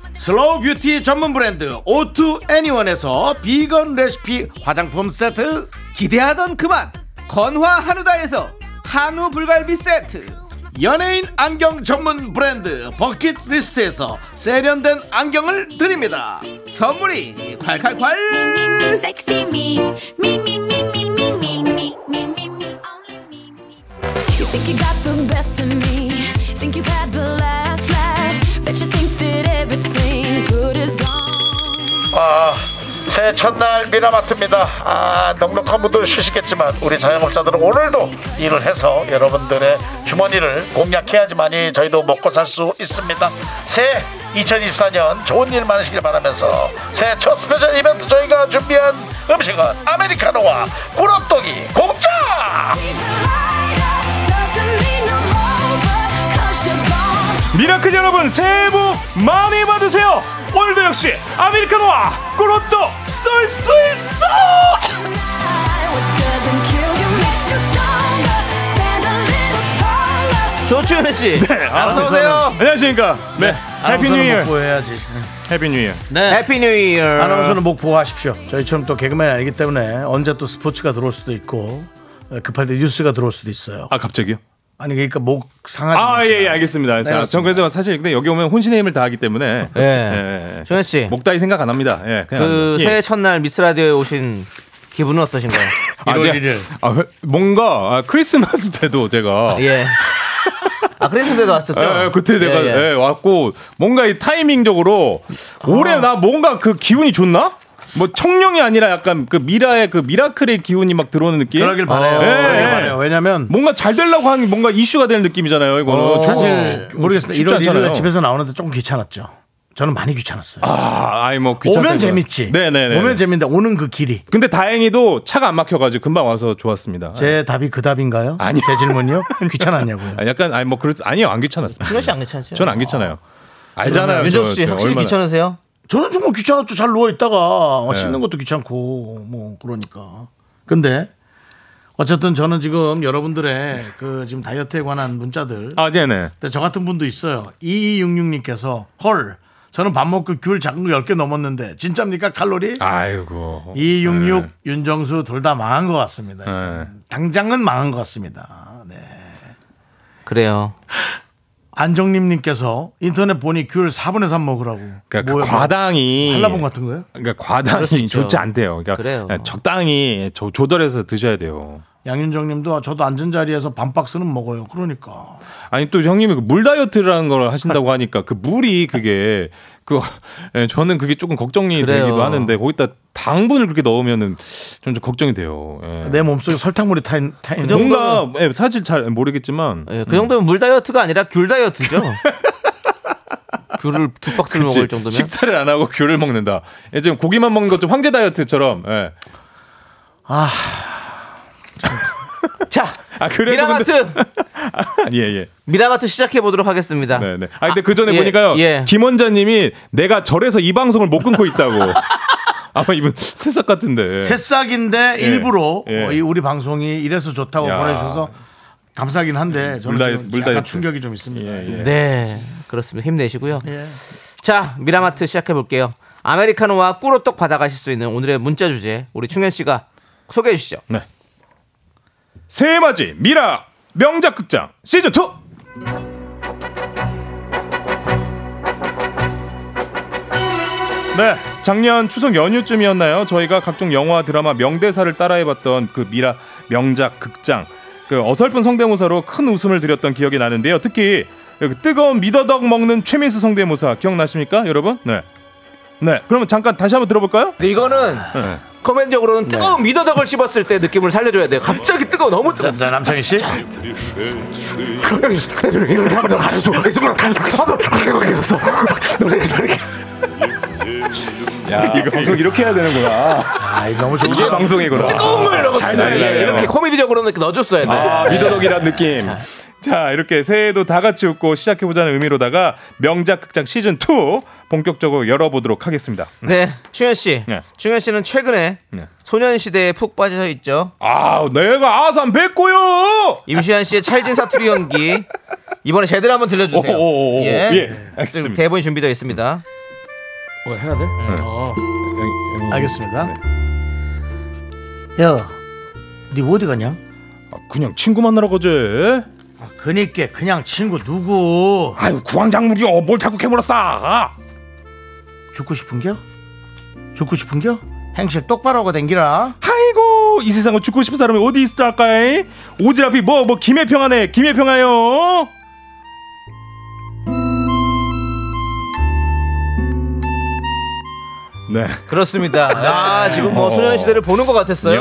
A: 슬로우 뷰티 전문 브랜드 오투 애니원에서 비건 레시피 화장품 세트
B: 기대하던 그만 건화 한우다에서 한우 불갈비 세트
A: 연예인 안경 전문 브랜드 버킷리스트에서 세련된 안경을 드립니다
B: 선물이 콸콸콸
A: 새해 첫날 미라마트입니다. 아, 넉넉한 분들 쉬시겠지만 우리 자영업자들은 오늘도 일을 해서 여러분들의 주머니를 공략해야지만이 저희도 먹고 살 수 있습니다. 새해 2024년 좋은 일 많으시길 바라면서 새해 첫 스페셜 이벤트 저희가 준비한 음식은 아메리카노와 꿀어떡이 공짜!
J: 미라클 여러분 새해 복 많이 받으세요 오늘도 역시 아메리카노와 꿀호떡 쏠쏠 쏠
B: 조치현 씨 어서 오세요
J: 안녕하십니까 네 해피 뉴 이어
A: 해야지.
J: 해피 뉴 이어
A: 네.
B: 해피 뉴 이어
A: 아나운서는 목 보호하십시오. 저희처럼 또 개그맨이 아니기 때문에 언제 또 스포츠가 들어올 수도 있고 네, 급할 때 뉴스가 들어올 수도 있어요.
J: 아 갑자기요?
A: 아니 그러니까 목 상하지
J: 아
A: 마세요.
J: 예 예,
I: 네,
J: 알겠습니다 자,
A: 알았습니다.
J: 전 그래도 사실 근데 여기 오면 혼신의 힘을 다하기 때문에
B: 예. 조현 씨.
J: 목다이 생각 안 합니다 예, 그냥
B: 그
J: 예.
B: 새해 첫날 미스 라디오에 오신 기분은 어떠신가요?
J: 아, 제가- 아, 회- 뭔가 아, 크리스마스 때도 제가
B: 예. 아 그래서 때도 왔었어요.
J: 어. 예, 그때 내가
B: 예, 예.
J: 예, 왔고 뭔가 이 타이밍적으로 올해
B: 아.
J: 나 뭔가 그 기운이 좋나? 뭐 청룡이 아니라 약간 그 미라의 그 미라클의 기운이 막 들어오는 느낌.
A: 그러길 바래요.
J: 예,
A: 그러길
J: 예.
A: 바래요. 왜냐면 어,
J: 뭔가 잘 되려고 하는 게 뭔가 이슈가 되는 느낌이잖아요. 이거는
B: 어,
A: 사실 모르겠습니다.
J: 뭐, 쉽지
A: 이런 일을
J: 않잖아요.
A: 집에서 나오는데 조금 귀찮았죠. 저는 많이 귀찮았어요.
J: 아, 아이 뭐 귀찮다,
A: 오면
J: 이거.
A: 재밌지.
J: 네네네.
A: 오면 재밌는데 오는 그 길이
J: 근데 다행히도 차가 안 막혀가지고 금방 와서 좋았습니다.
A: 제 답이 그 답인가요?
J: 네. 아니요.
A: 제 질문이요? 귀찮았냐고요.
J: 아, 약간 아니 뭐 그렇 아니요 안 귀찮았어요.
B: 준호 씨안 괜찮으세요? 어.
J: 전 안 귀찮아요. 알잖아요.
B: 윤정
J: 저,
B: 씨
J: 저
B: 확실히
J: 얼마나.
B: 귀찮으세요?
A: 저는 정말 귀찮았죠. 잘 누워 있다가 어,
J: 네.
A: 씻는 것도 귀찮고 뭐 그러니까. 근데 어쨌든 저는 지금 여러분들의 그 지금 다이어트에 관한 문자들
J: 아 네네.
A: 근데 저 같은 분도 있어요. 2266님께서 헐 저는 밥 먹고 귤 작은 거 10개 넘었는데 진짜입니까 칼로리?
J: 아이고. 네.
A: 266 윤정수 둘 다 망한 것 같습니다. 일단. 당장은 망한 것 같습니다. 네.
B: 그래요.
A: 안정님님께서 인터넷 보니 귤 4분의 3 먹으라고.
J: 그러니까
A: 뭐야,
J: 그 과당이
A: 한라봉 같은 거예요?
J: 그러니까
B: 수
J: 과당이
B: 있죠.
J: 좋지 않대요. 그러니까
B: 그렇죠. 그래요.
J: 적당히 조, 조절해서 드셔야 돼요.
A: 양윤정님도 저도 앉은 자리에서 반 박스는 먹어요. 그러니까
J: 아니 또 형님이 그물 다이어트라는 걸 하신다고 하니까 그 물이 그게 그 예, 저는 그게 조금 걱정이
B: 그래요.
J: 되기도 하는데 거기다 당분을 그렇게 넣으면은 좀, 좀 걱정이 돼요. 예.
A: 내 몸속에 설탕물이 타, 있- 타 있는.
J: 뭔가 예, 사실 잘 모르겠지만
B: 예, 그 정도면 물 다이어트가 아니라 귤 다이어트죠. 귤을 두 박스를
J: 그치.
B: 먹을 정도면
J: 식사를 안 하고 귤을 먹는다. 예, 지금 고기만 먹는 것좀 황제 다이어트처럼. 예.
B: 자
J: 아 그래도
B: 미라마트
J: 근데- 예 예.
B: 미라마트 시작해 보도록 하겠습니다.
J: 네네. 아 근데 그 전에
B: 예,
J: 보니까요.
B: 예.
J: 김 원장님이 내가 절에서 이 방송을 못 끊고 있다고. 아마 이분 새싹 같은데.
A: 새싹인데
J: 예.
A: 일부러
J: 예.
A: 어, 이 우리 방송이 이래서 좋다고
J: 야.
A: 보내주셔서 감사하긴 한데 저는
J: 물다-
A: 지금
J: 물다
A: 약간
J: 이렇게.
A: 충격이 좀 있습니다.
J: 예,
B: 네, 그렇습니다. 힘내시고요. 자, 미라마트 시작해 볼게요. 아메리카노와 꿀오떡 받아가실 수 있는 오늘의 문자 주제 우리 충현 씨가 소개해 주시죠.
J: 네. 새해 맞이 미라 명작 극장 시즌 2. 네, 작년 추석 연휴쯤이었나요? 저희가 각종 영화, 드라마 명대사를 따라해봤던 그 미라 명작 극장, 그 어설픈 성대모사로 큰 웃음을 드렸던 기억이 나는데요. 특히 그 뜨거운 미더덕 먹는 최민수 성대모사 기억나십니까, 여러분? 네, 네. 그러면 잠깐 다시 한번 들어볼까요?
B: 근데 이거는
J: 네.
B: 커맨적으로는 뜨거운 미더덕을 씹었을 때 느낌을 살려줘야 돼요. 갑자기 뜨거워, 너무 뜨거워.
A: 자 남창희 씨
J: 야, 이거 방송 이렇게 해야 되는구나.
A: 아이 너무 좋은
J: 이게 방송이구나.
B: 뜨거운 물 이러고 네.
J: 아, 잘
B: 쓰는
J: 달라요.
B: 게 예, 이렇게 코미디적으로 이렇게 넣어줬어야 돼.
J: 아, 미더덕이란 느낌. 자, 이렇게 새해에도 다 같이 웃고 시작해보자는 의미로다가 명작 극장 시즌2 본격적으로 열어보도록 하겠습니다.
B: 네, 충현 씨.
J: 네.
B: 충현 씨는 최근에
J: 네.
B: 소년시대에 푹 빠져 있죠.
J: 아, 내가 아산 뱉고요!
B: 임시완 씨의 찰진 사투리 연기 이번에 제대로 한번 들려주세요.
J: 오오오오. 예,
B: 지금
J: 알겠습니다.
B: 대본이 준비되어 있습니다.
A: 뭐 해야 돼?
J: 여기,
A: 음,
J: 여기.
A: 알겠습니다. 야, 니 어디 가냐?
J: 아, 그냥 친구 만나러 가지.
A: 아, 그니까 그냥 친구 누구
J: 아유, 구황작물이요. 뭘 자꾸 캐물어 싸.
A: 죽고 싶은겨? 죽고 싶은겨? 행실 똑바로 하고 댕기라.
J: 아이고, 이 세상은 죽고 싶은 사람이 어디 있을까이? 오지랖이 뭐, 뭐, 김혜평하네. 김혜평하요. 네.
B: 그렇습니다. 아 지금 뭐 소년시대를 보는 것 같았어요.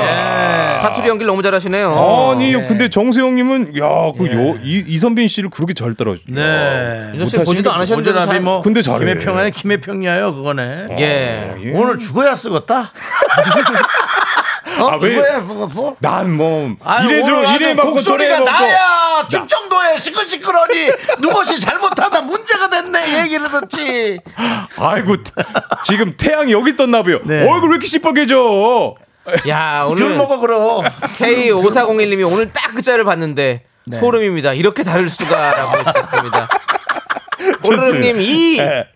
B: 사투리 연기를 너무 잘하시네요.
J: 아니 근데 정수영님은 야그요이 이선빈 씨를 그렇게 잘 따라.
A: 예. 네.
B: 윤정 씨 보지도 않으셨는데
A: 오전압이
B: 잘-
A: 뭐
J: 근데 잘해.
A: 김혜평아니 김혜평야요 그거네.
B: 예.
J: 예.
A: 오늘 죽어야 쓰겄다. 어?
J: 아, 왜-
A: 죽어야 쓰겄어?
J: 난뭐
A: 아니,
J: 이래
A: 오늘
J: 줘
A: 아주
J: 이래 먹고 저래
A: 곡소리가
J: 먹고.
A: 나야 충청도에 시끌시끌하니 누구이 잘못하다 문제가 됐네 얘기를 듣지
J: 아이고 지금 태양이 여기 떴나 봐요.
A: 네.
J: 얼굴 왜 이렇게 시뻘개져?
B: 야
A: 귤
B: 오늘
A: 먹어 그럼
B: K 5 4 0 1님이 오늘 딱그 글자를 봤는데
A: 네.
B: 소름입니다. 이렇게 다를 수가라고 했었습니다.
J: 좋습니다.
B: 오르르님
J: 예.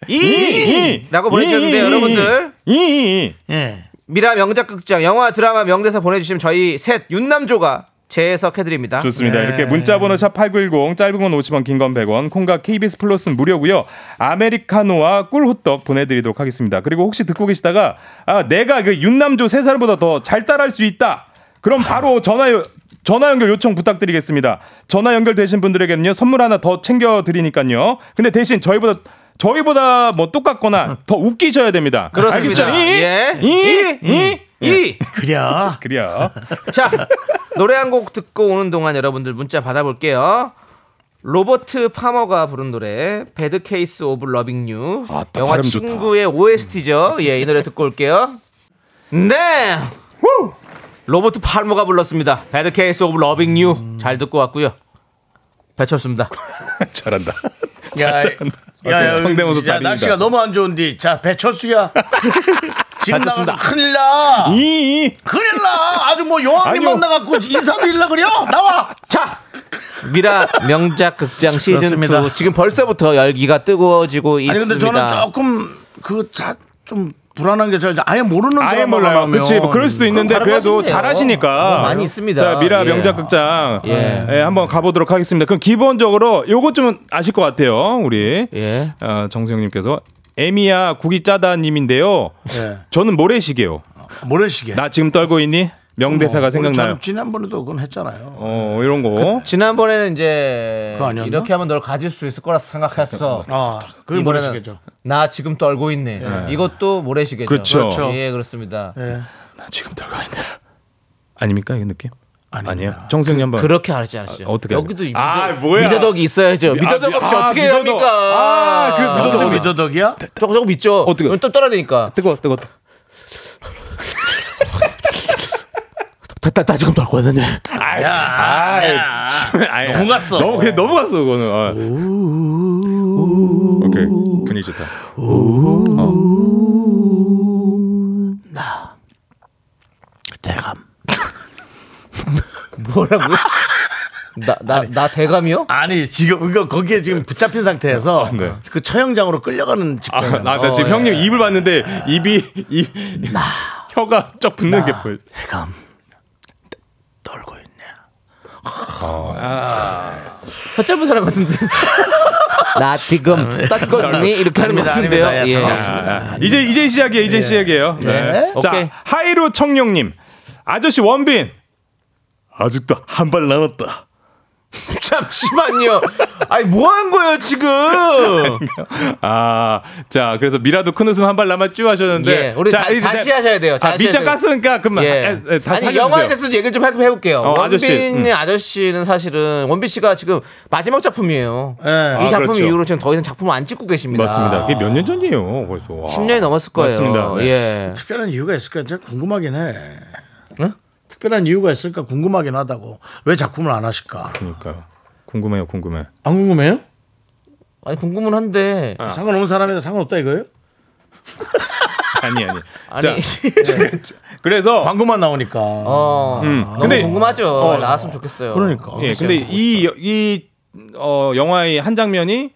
J: 이,
B: 이이라고 보내주셨는데
J: 이, 이,
B: 여러분들
J: 이, 이.
A: 예
B: 미라 명작 극장 영화 드라마 명대사 보내주시면 저희 셋 윤남조가 재해석해드립니다.
J: 좋습니다. 이렇게 문자번호 샵 #8910 짧은 건 50원, 긴 건 100원, 콩과 KBS 플러스는 무료고요. 아메리카노와 꿀호떡 보내드리도록 하겠습니다. 그리고 혹시 듣고 계시다가 아 내가 그 윤남조 세 살보다 더 잘 따라할 수 있다. 그럼 바로 전화 요- 전화 연결 요청 부탁드리겠습니다. 전화 연결되신 분들에게는요 선물 하나 더 챙겨 드리니까요. 근데 대신 저희보다 저희보다 뭐 똑같거나 더 웃기셔야 됩니다.
B: 그렇습니다.
J: 알겠죠? 이,
B: 예.
J: 이, 예. 이,
B: 이!
A: 그래
J: 그래요.
B: 자, 노래 한 곡 듣고 오는 동안 여러분들 문자 받아볼게요. 로버트 파머가 부른 노래 배드 케이스 오브 러빙 유
J: 아, 딱
B: 영화
J: 발음 좋다.
B: 친구의 OST죠. 예, 이 노래 듣고 올게요. 네. 로버트 파머가 불렀습니다. 배드 케이스 오브 러빙 유. 잘 듣고 왔고요. 배쳤습니다.
J: 잘한다.
A: 야,
J: 야, 성대모사
A: 야,
J: 딸입니다.
A: 날씨가 너무 안 좋은데 자 배철수야 지금 나가서
B: 배철수입니다.
A: 큰일 나
J: 이, 이.
A: 큰일 나 아주 뭐 여왕님
J: 아니요.
A: 만나갖고 인사드리려 그래요 나와
B: 자, 미라 명작 극장 시즌
A: 그렇습니다.
B: 2 지금 벌써부터 열기가 뜨거워지고
A: 아니
B: 있습니다.
A: 근데 저는 조금 그좀 불안한 게 저 아예 모르는
J: 아예
A: 드라마가
J: 몰라요.
A: 나오면
J: 그렇지. 뭐 그럴 수도 있는데
B: 그럼
J: 그래도
B: 잘하시네요.
J: 잘하시니까
B: 어, 많이 있습니다.
J: 자, 미라
B: 예.
J: 명작 극장. 예.
B: 예.
J: 한번 가보도록 하겠습니다. 그럼 기본적으로 요것 좀 아실 것 같아요. 우리
B: 예.
J: 어, 정수영님께서 에미야 국이 짜다님인데요.
A: 예.
J: 저는 모래시계요.
A: 모래시계
J: 나 지금 떨고 있니? 명대사가
A: 어,
J: 생각나요.
A: 저는 지난번에도 그건 했잖아요
J: 어 이런 거.
B: 지난번에는 이제
A: 그거 아니었나?
B: 이렇게 하면 널 가질 수 있을 거라 생각했어.
A: 아 그게
B: 이번에는
A: 모래시계죠 예.
B: 나 지금 떨고 있네. 이것도 모래시계죠.
J: 그쵸.
A: 그렇죠.
B: 예, 그렇습니다.
A: 예.
J: 나 지금 떨고 있니? 아닙니까 이 느낌?
A: 아닙니다.
J: 아니에요. 정수영님 한번.
B: 그렇게 하지 않으시죠.
J: 아, 어떻게
B: 여기도
J: 알아요?
B: 미더,
J: 아, 뭐야.
B: 미더덕이 있어야죠. 미더덕 없이
J: 아,
B: 어떻게
J: 미더덕.
B: 합니까?
J: 아, 그 미더덕.
A: 너도 어, 미더덕이야?
B: 저거 저거 믿죠.
J: 어떻게-
B: 또 떨어야 되니까.
J: 뜨거 뜨거 뜨거.
B: 나, 나 지금 떨고 있는데.
J: 아이,
A: 야,
J: 아이,
A: 야.
J: 아이,
A: 너무 갔어.
J: 너무 그냥 너무 갔어 그거는. 아. 오케이 분위기 좋다.
A: 대감
B: 뭐라고요? 나, 나, 나 대감이요?
A: 아니 지금 이거 거기에 지금 붙잡힌 상태에서
J: 네.
A: 그 처형장으로 끌려가는 직전.
J: 아, 나, 나 지금
B: 어,
A: 예.
J: 형님 입을 봤는데 입이 입 혀가 쫙 붙는 게 보여.
A: 해감 떨고 있네.
B: 첫째부 사람 같은데. 나 지금
J: 네.
B: 떨고 있니? 이렇게 하는 것
A: 아닙니다,
B: 같은데요.
A: 아닙니다. 예, 상관없습니다.
J: 아, 이제 이제 시작이에요.
A: 예.
J: 이제 시작이에요. 네.
B: 예.
J: 자
B: 오케이.
J: 하이로 청룡님 아저씨 원빈 아직도 한 발 남았다.
B: 잠시만요. 아니 뭐 한 거예요 지금?
J: 어. 아, 자, 그래서 미라도 큰 웃음 한 발 남았죠 하셨는데.
B: 예, 우리
J: 자,
B: 다,
J: 이제
B: 다시
J: 다-
B: 하셔야 돼요.
J: 아,
B: 다시
J: 미자
B: 하셔야 돼요.
J: 깠으니까 그만.
B: 예.
J: 에, 에, 다시
B: 아니
J: 살려주세요.
B: 영화에 대해서 얘기를 좀 해- 해볼게요.
J: 어, 아저씨,
B: 원빈의
J: 음.
B: 아저씨. 는 사실은 원빈 씨가 지금 마지막 작품이에요. 이
J: 아,
B: 작품
J: 그렇죠.
B: 이후로 지금 더 이상 작품을 안 찍고 계십니다.
J: 맞습니다. 그게 몇 년 전이에요, 벌써. 와.
B: 10년이 넘었을 거예요.
J: 맞습니다. 네.
B: 예.
A: 특별한 이유가 있을까 진짜 궁금하긴 해. 특별한 이유가 있을까 궁금하긴 하다고. 왜 작품을 안 하실까?
J: 그러니까요. 궁금해요, 궁금해.
A: 안 궁금해요?
B: 아니 궁금은 한데
A: 아. 상관없는 사람이라 상관없다 이거예요?
J: 아니, 아니.
B: 아니
J: 그래서
A: 광고만 나오니까.
B: 어, 너무
J: 음. 근데-
B: 궁금하죠.
J: 어.
B: 나왔으면 좋겠어요.
A: 그러니까.
J: 예, 근데 이, 이, 어, 영화의 한 장면이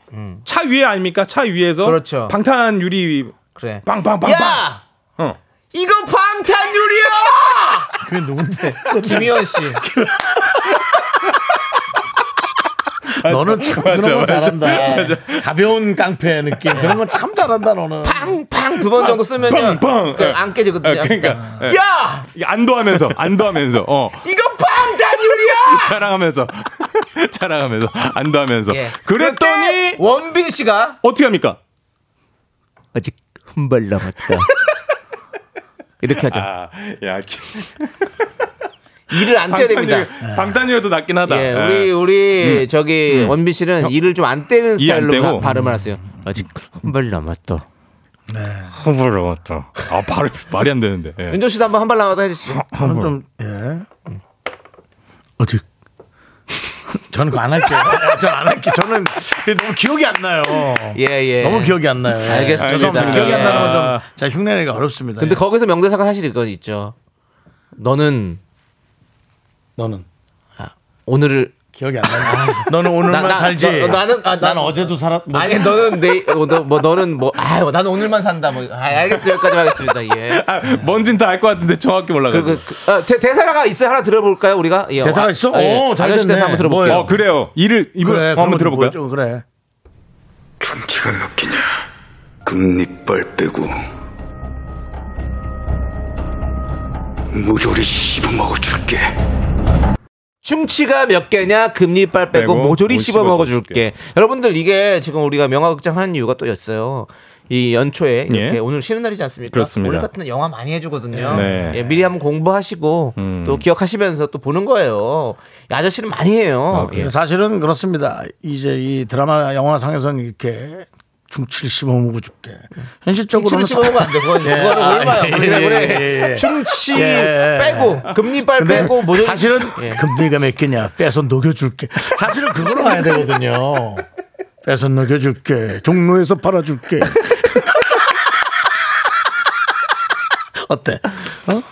J: 차 위에 아닙니까? 차 위에서
B: 음. 그렇죠.
J: 방탄 유리
B: 그래.
J: 빵빵빵빵.
B: 야
J: 어.
B: 이거 방탄유리야!
A: 그게 누군데?
B: 김희원 씨.
A: 너는 참
J: 맞아,
A: 그런 거
J: 맞아.
A: 잘한다. 가벼운 깡패 느낌 그런 건 참 잘한다 너는.
B: 팡팡 두 번 정도 쓰면
J: 빵.
B: 안 깨지거든요.
J: 아, 그러니까. 예.
B: 야
J: 이게 안도하면서, 안도하면서, 어.
B: 이거 방탄유리야!
J: 자랑하면서, 자랑하면서, 안도하면서.
B: 예.
J: 그랬더니,
B: 원빈 씨가
J: 어떻게 합니까?
B: 아직 한 발 남았다. 이렇게 하죠.
J: 아, 야, 기-
B: 일을 안 떼야 됩니다. 아.
J: 방탄유리- 방탄유리도 낫긴 하다.
B: 예, 음.
J: 예.
B: 우리 우리 저기 원빈 씨는 일을 좀 안 떼는
J: 이안
B: 스타일로
J: 떼고.
B: 가- 발음을 하세요. 예. 아직 한 발 남았다.
J: 허브로 왔다. 아, 바로, 말이 안 되는데. 예. 아,
B: 윤종 씨도 한번 한 발 남았다 해주시죠.
A: 저는 좀 예. 어디? 저는 그거 안 할게요. 아, 저는 안 할게. 저는 이게 너무 기억이 안 나요.
B: 예, 예.
A: 너무 기억이 안 나요. 예.
B: 알겠습니다.
A: 죄송합니다. 기억이 안 나는
J: 아.
A: 건좀 제가 흉내내기가 어렵습니다.
B: 근데
A: 예.
B: 거기서 명대사가 사실 이건 있죠. 너는 그-
A: 너는
B: 오늘을
A: 기억이 안 난다. 너는 오늘만
B: 아. 나- 나-
A: 살지.
B: 너- 너- 나는- 아, 나-
A: 난 어제도 살았. 뭐,
B: 아니 너는 내뭐 너는 뭐아난 오늘만 산다 뭐 아, 알겠어요 여기까지 하겠습니다 예
J: 아, 뭔진 다 알 것 같은데 정확히 몰라가지고.
B: 그리고 그, 아, 대, 대사가 있어요 하나 들어볼까요 우리가 예,
A: 대사가
B: 아,
A: 있어?
B: 예.
A: 오, 잘
B: 아저씨
A: 됐네.
B: 대사 한번 들어볼게요
J: 어, 그래요. 이를, 이걸
A: 그래. 그런
J: 한번
A: 것도
J: 들어볼까요?
A: 보여줘, 그래.
K: 치가 몇 개냐? 금리빨 빼고 무조리 씹어먹어 줄게.
B: 충치가 몇 개냐 금리빨 빼고
J: 빼고
B: 모조리
J: 못
B: 씹어 먹어줄게
J: 먹어줄게.
B: 여러분들 이게 지금 우리가 명화극장 하는 이유가 또 있어요 이 연초에 이렇게
J: 예.
B: 오늘 쉬는 날이지 않습니까
J: 그렇습니다.
B: 오늘 같은 날 영화 많이 해주거든요
J: 네.
B: 예, 미리 한번 공부하시고
J: 음.
B: 또 기억하시면서 또 보는 거예요 이 아저씨는 많이 해요 예.
A: 사실은 그렇습니다. 이제 이 드라마 영화상에서는 이렇게 중치를 씹어먹어 줄게. 현실적으로는
B: 충치를 씹어먹으면 안 돼. 그건,
A: 예.
B: 그거는
A: 아,
B: 얼마야.
A: 예,
B: 그래,
A: 예,
B: 그래.
A: 예, 예.
B: 충치
A: 예.
B: 빼고, 금리빨
A: 근데
B: 빼고, 모조리.
A: 사실은
B: 예.
A: 금리가 몇 개냐 빼서 녹여줄게 사실은 그걸로 가야 되거든요 빼서 녹여줄게 종로에서 팔아줄게 어때 어?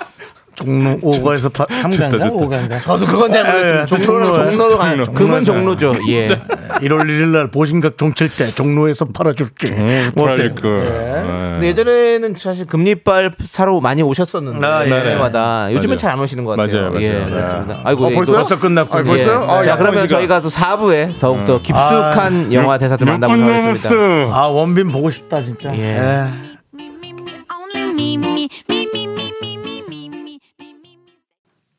A: 종로 5가에서 3가인가
J: 좋다.
A: 5가인가
B: 저도 그건 잘 모르겠어요.
A: 예,
B: 종로로,
A: 종로에. 네.
B: 종로로 가요.
J: 종로.
B: 금은 종로죠. 예.
A: 1월 1일 날 보신각 종칠 때 종로에서 팔아줄게
J: 음,
A: 뭐 어때요?
J: 프라이빗 그, 예.
B: 근데 예전에는 사실 금리빨 사러 많이 오셨었는데
A: 아, 예.
B: 때마다 요즘은
J: 맞아요.
B: 잘 안 오시는 것 같아요.
J: 맞아요, 맞아요.
B: 예,
J: 네.
B: 그렇습니다. 아이고
A: 어,
B: 예,
A: 벌써
B: 이거-
A: 벌써 끝났군요 아, 네.
B: 예. 자 그러면 저희가 또 4부에 더욱더 깊숙한 영화 대사들 만나보도록 하겠습니다.
A: 아 원빈 보고 싶다 진짜
B: 예.
A: 예.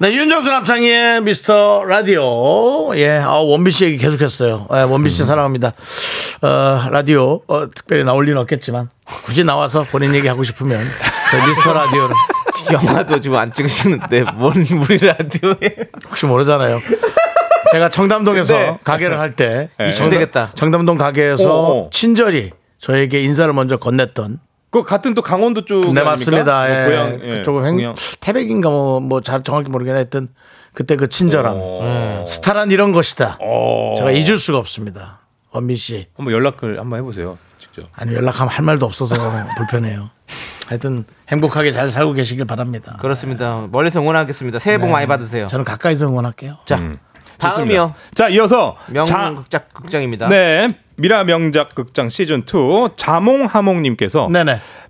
A: 네, 윤정수 남창희의 미스터 라디오. 예, 아, 원빈 씨 얘기 계속했어요. 예, 원빈
J: 음.
A: 씨 사랑합니다. 어, 라디오, 어, 특별히 나올 리는 없겠지만, 굳이 나와서 본인 얘기 하고 싶으면, 저희 미스터 라디오를,
B: 영화도 지금 안 찍으시는데 뭘 우리 라디오에
A: 혹시 모르잖아요. 제가 청담동에서
J: 네.
B: 근데-
A: 가게를 할 때,
J: 예.
A: 이 친구가
B: 되겠다.
A: 청담동 가게에서
J: 오, 오.
A: 친절히 저에게 인사를 먼저 건넸던
J: 그 같은 또 강원도 쪽.
A: 네
J: 아닙니까?
A: 맞습니다.
J: 뭐
A: 예.
J: 고향, 예.
A: 그쪽은 횡-
J: 고향.
A: 태백인가 뭐 뭐 잘 정확히 모르겠네 하여튼 그때 그 친절함 음. 스타란 이런 것이다.
J: 어.
A: 제가 잊을 수가 없습니다. 원빈 씨
J: 한번 연락을 한번 해보세요. 직접.
A: 아니 연락하면 할 말도 없어서 불편해요. 하여튼 행복하게 잘 살고 계시길 바랍니다.
B: 그렇습니다. 멀리서 응원하겠습니다. 새해 복 많이 받으세요.
A: 저는 가까이서 응원할게요.
B: 자, 다음이요.
J: 자, 이어서. 자,
B: 명극장 극장입니다.
J: 네. 미라 명작 극장 시즌 2 자몽하몽님께서
A: 네.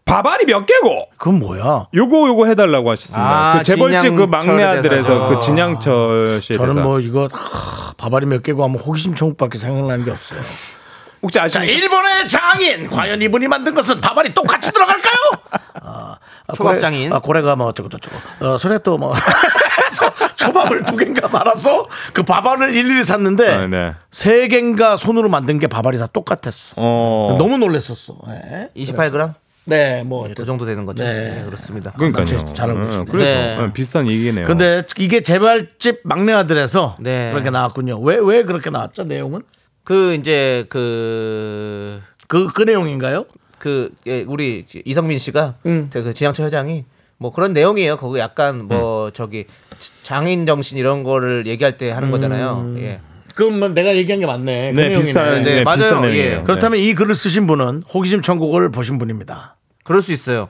J: 바발이 몇 개고?
A: 그건 뭐야?
J: 요거 요거 해달라고 하셨습니다.
A: 아,
J: 그 재벌집 그
A: 진양철에
J: 막내 아들에서
A: 대해서.
J: 그 진양철 씨에 대해서.
A: 저는 뭐 이거 하, 바바리 몇 개고 하면 호기심 총밖에 생각나는 게 없어요.
J: 혹시 아십니까?
A: 일본의 장인 과연 이분이 만든 것은 바바리 똑같이 들어갈까요? 아,
B: 초밥 장인.
A: 고래, 아, 고래가 뭐 어쩌고 저쩌고. 어, 소래 또뭐 초밥을 두 개인가 말아서 그 바바를 일일이 샀는데
B: 아, 네.
A: 세 개인가 손으로 만든 게 바바리 다 똑같았어. 너무 놀랬었어. 예.
B: 28g?
A: 네, 뭐.
B: 그 정도 되는 거죠. 네, 그렇습니다.
J: 그러니까요.
A: 잘 알고 계시네요.
J: 음, 그래서 음, 비슷한 얘기네요.
A: 근데 이게 재벌집 막내 아들에서
B: 네.
A: 그렇게 나왔군요. 왜 왜 그렇게 나왔죠 내용은?
B: 그 이제 그
A: 그, 그 내용인가요?
B: 그 예, 우리 이제 이성민 씨가
J: 음.
B: 그 진양철 회장이 뭐 그런 내용이에요. 그거 약간
J: 음.
B: 뭐 저기 장인 정신 이런 거를 얘기할 때 하는
J: 음.
B: 거잖아요. 예.
A: 그럼 뭐 내가 얘기한 게 맞네. 그
B: 네,
A: 내용이네.
B: 비슷한, 네, 네, 맞아요. 비슷한 내용이에요. 예.
A: 그렇다면 이 글을 쓰신 분은 호기심 천국을 보신 분입니다.
B: 그럴 수 있어요.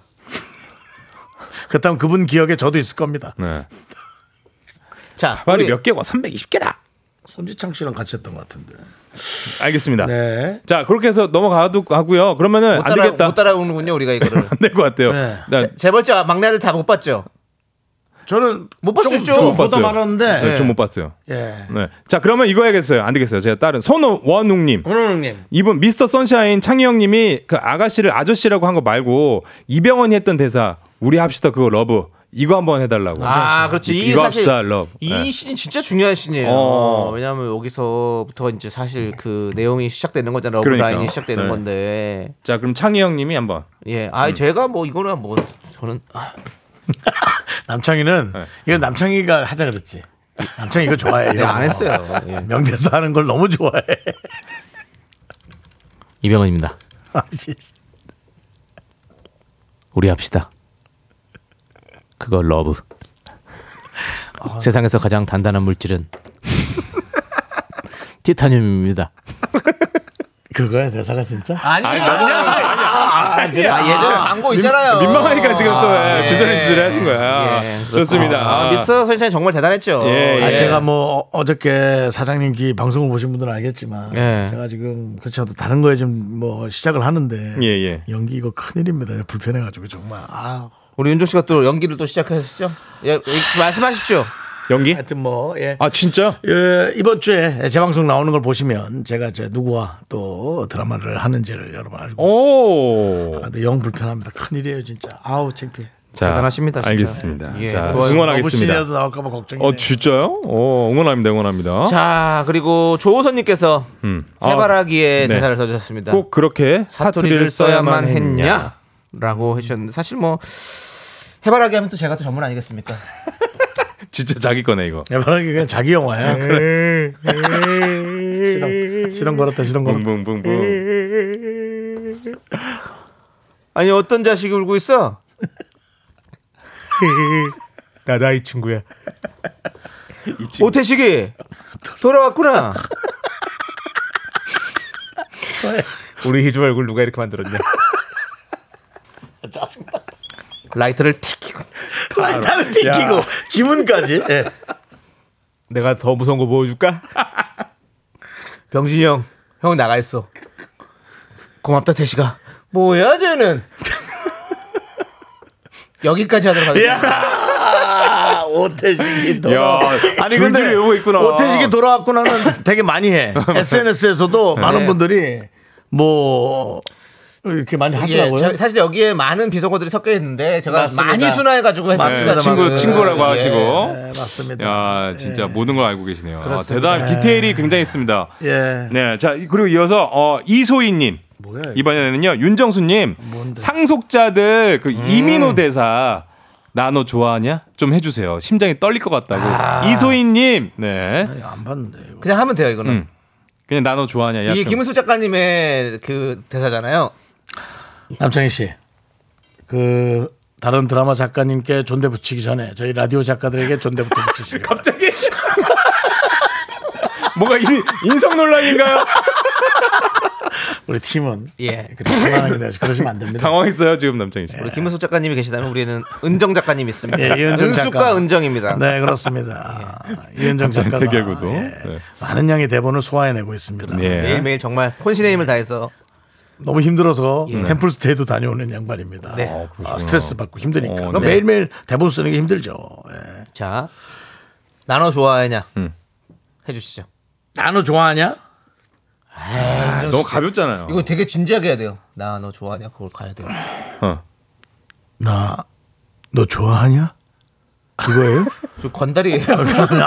A: 그렇다면 그분 기억에 저도 있을 겁니다.
J: 네.
B: 자,
J: 바발이 몇 개고? 320개다.
A: 네. 손지창 씨랑 같이 했던 것 같은데.
J: 알겠습니다.
A: 네.
J: 자 그렇게 해서 넘어가도 하고요. 그러면은
B: 못
J: 안
B: 따라
J: 되겠다. 네.
B: 못 따라오는군요 우리가 이거를.
J: 안 될 것 같아요.
A: 네.
J: 자,
B: 재벌집 막내들 다 못 봤죠.
A: 저는
B: 못 봤을
A: 조금-
B: 죠
J: 좀못
A: 보다
J: 봤어요.
A: 말았는데.
J: 네,
A: 예.
J: 좀못 봤어요.
A: 예.
J: 네. 자 그러면 이거 해야겠어요. 안 되겠어요. 제가 다른 손원웅님.
A: 손원웅님.
J: 이분 미스터 선샤인 창희 형님이 그 아가씨를 아저씨라고 한 거 말고 이병헌이 했던 대사 우리 합시다 그거 러브 이거 한번 해달라고.
B: 아, 그렇지. 이게
J: 이거
B: 사실
J: 합시다 러브.
B: 이
J: 네.
B: 신이 진짜 중요한 신이에요.
J: 어.
B: 왜냐하면 여기서부터 이제 사실 그 내용이 시작되는 거잖아요. 러브
J: 그러니까요.
B: 라인이 시작되는
J: 네.
B: 건데.
J: 자 그럼 창희 형님이 한번.
B: 예, 아
J: 음.
B: 제가 뭐 이거는 뭐 저는
A: 남창희는 이거 남창희가 하자 그랬지. 남창희 이거 좋아해. 이런
B: 내가 네, 안
A: 거.
B: 했어요. 예.
A: 명대사 하는 걸 너무 좋아해.
B: 이병헌입니다.
A: 아,
B: 우리 합시다. 그거 러브.
A: 아.
B: 세상에서 가장 단단한 물질은 티타늄입니다.
A: 그거야 대사가 진짜?
B: 아니, 아니,
A: 아니야. 아니야.
B: 아, 예전에 광고
A: 민-
B: 있잖아요. 아,
J: 민망하니까 지금 또 예, 주저리주저리 하신 거야.
B: 예,
J: 그렇습니다.
B: 아,
J: 아. 예,
B: 미스터 선샤인 정말 대단했죠.
A: 아, 제가 뭐 어- 어저께 사장님 기 방송을 보신 분들은 알겠지만
B: 예.
A: 제가 지금 그렇지 않아도 다른 거에 좀 뭐 시작을 하는데
B: 예, 예.
A: 연기 이거 큰일입니다. 불편해가지고 정말 아
B: 우리 윤종 씨가 또 연기를 또 시작하셨죠? 예, 예, 말씀하십시오.
J: 연기?
A: 하여튼 뭐 예.
J: 아 진짜?
A: 예, 이번 주에 재방송 나오는 걸 보시면 제가 제 누구와 또 드라마를 하는지를 여러분
J: 어?
A: 알고
J: 오.
A: 아, 근데 영 불편합니다. 큰일이에요 진짜. 아우 창피해.
J: 자,
B: 대단하십니다, 진짜.
J: 알겠습니다.
B: 예,
J: 자,
B: 좋아요.
J: 어,
B: 예.
J: 응원하겠습니다.
A: 너무 나올까봐 걱정이네.
J: 어 진짜요? 어 응원합니다, 응원합니다.
B: 자, 그리고 조호선님께서
J: 음. 아,
B: 해바라기의
J: 네.
B: 대사를 써주셨습니다.
J: 꼭 그렇게
B: 사투리를 써야만
J: 했냐?
B: 했냐라고 해주셨는데 사실 뭐 해바라기 하면 또 제가 또 전문 아니겠습니까?
J: 진짜 자기 거네 이거.
A: 해바라기 뭐 그냥 자기 영화야.
J: 음.
A: 그래. 시동 시동 걸었다 시동
J: 음,
A: 걸었다. 음.
J: 붕붕붕붕.
B: 아니 어떤 자식이 울고 있어?
L: 나다 이 친구야.
B: 오태식이 돌아왔구나.
L: 우리 희주 얼굴 누가 이렇게 만들었냐?
A: 짜증나.
B: 라이터를 틱 켜고
A: 라이터를 틱 켜고 아, 지문까지. 예.
L: 내가 더 무서운 거 보여줄까?
B: 병진이 형, 형 나가 있어. 고맙다 태식아. 뭐야 쟤는? 여기까지 하도록 하겠습니다.
A: 야 오태식이 돌아.
B: 야,
A: 아니
B: 줄줄이
A: 근데
B: 외우고 있구나.
A: 오태식이 돌아왔구나는 되게 많이 해. SNS에서도 많은 분들이 뭐 이렇게 많이 하더라고요.
B: 예, 저- 사실 여기에 많은 비속어들이 섞여 있는데 제가
A: 맞습니다.
B: 많이 순화해가지고 했습니다.
J: 맞습니다. 친구 친구라고
B: 예.
J: 하시고.
A: 맞습니다.
J: 야 진짜 모든 걸 알고 계시네요. 아,
A: 예. 그렇습니다.
J: 대단
A: 예.
J: 디테일이 굉장히 있습니다.
A: 예.
J: 네, 자 이- 그리고 이어서 어, 이소희님.
A: 뭐야,
J: 이번에는요 윤정수님 상속자들 그
A: 음.
J: 이민호 대사 나너 좋아하냐 좀 해주세요 심장이 떨릴 것 같다고
A: 아.
J: 이소희님 네
A: 안 봤는데
B: 그냥 하면 돼요 이거는.
J: 그냥 나너 예, 좋아하냐
B: 이게
J: 약간.
B: 김은수 작가님의 그 대사잖아요.
A: 남창희 씨, 그 다른 드라마 작가님께 존대 붙이기 전에 저희 라디오 작가들에게 존대부터 붙이시고
J: 갑자기 뭔가 인, 인성 논란인가요?
A: 우리 팀은
B: 예.
A: 그렇게 당황하게 돼서 그러시면 안 됩니다.
J: 당황했어요 지금 남창희 씨.
A: 네.
B: 우리 김은숙 작가님이 계시다면 우리는 은정 작가님이 있습니다.
A: 예, 이은정 작가.
B: 은숙과 은정입니다.
A: 네, 그렇습니다.
B: 예.
A: 아, 이은정 작가가
J: 대결구도. 네.
A: 예, 많은 양의 대본을 아, 소화해내고
J: 예.
A: 있습니다.
B: 매일매일 정말 혼신의 힘을 다해서
A: 너무 힘들어서
B: 예.
A: 템플스테이도 다녀오는 양반입니다.
B: 네.
J: 어,
A: 아, 스트레스 받고 힘드니까.
B: 어,
A: 그럼
B: 네.
A: 매일매일 대본 쓰는 게 힘들죠. 예.
B: 자 나눠 좋아하냐 해주시죠.
A: 나너 좋아하냐?
B: 아,
J: 너무 가볍잖아요.
B: 이거 되게 진지하게 해야 돼요. 나 너 좋아하냐 그걸 가야 돼요.
A: 나 너 좋아하냐? 이거예요?
B: 저 건달이에요.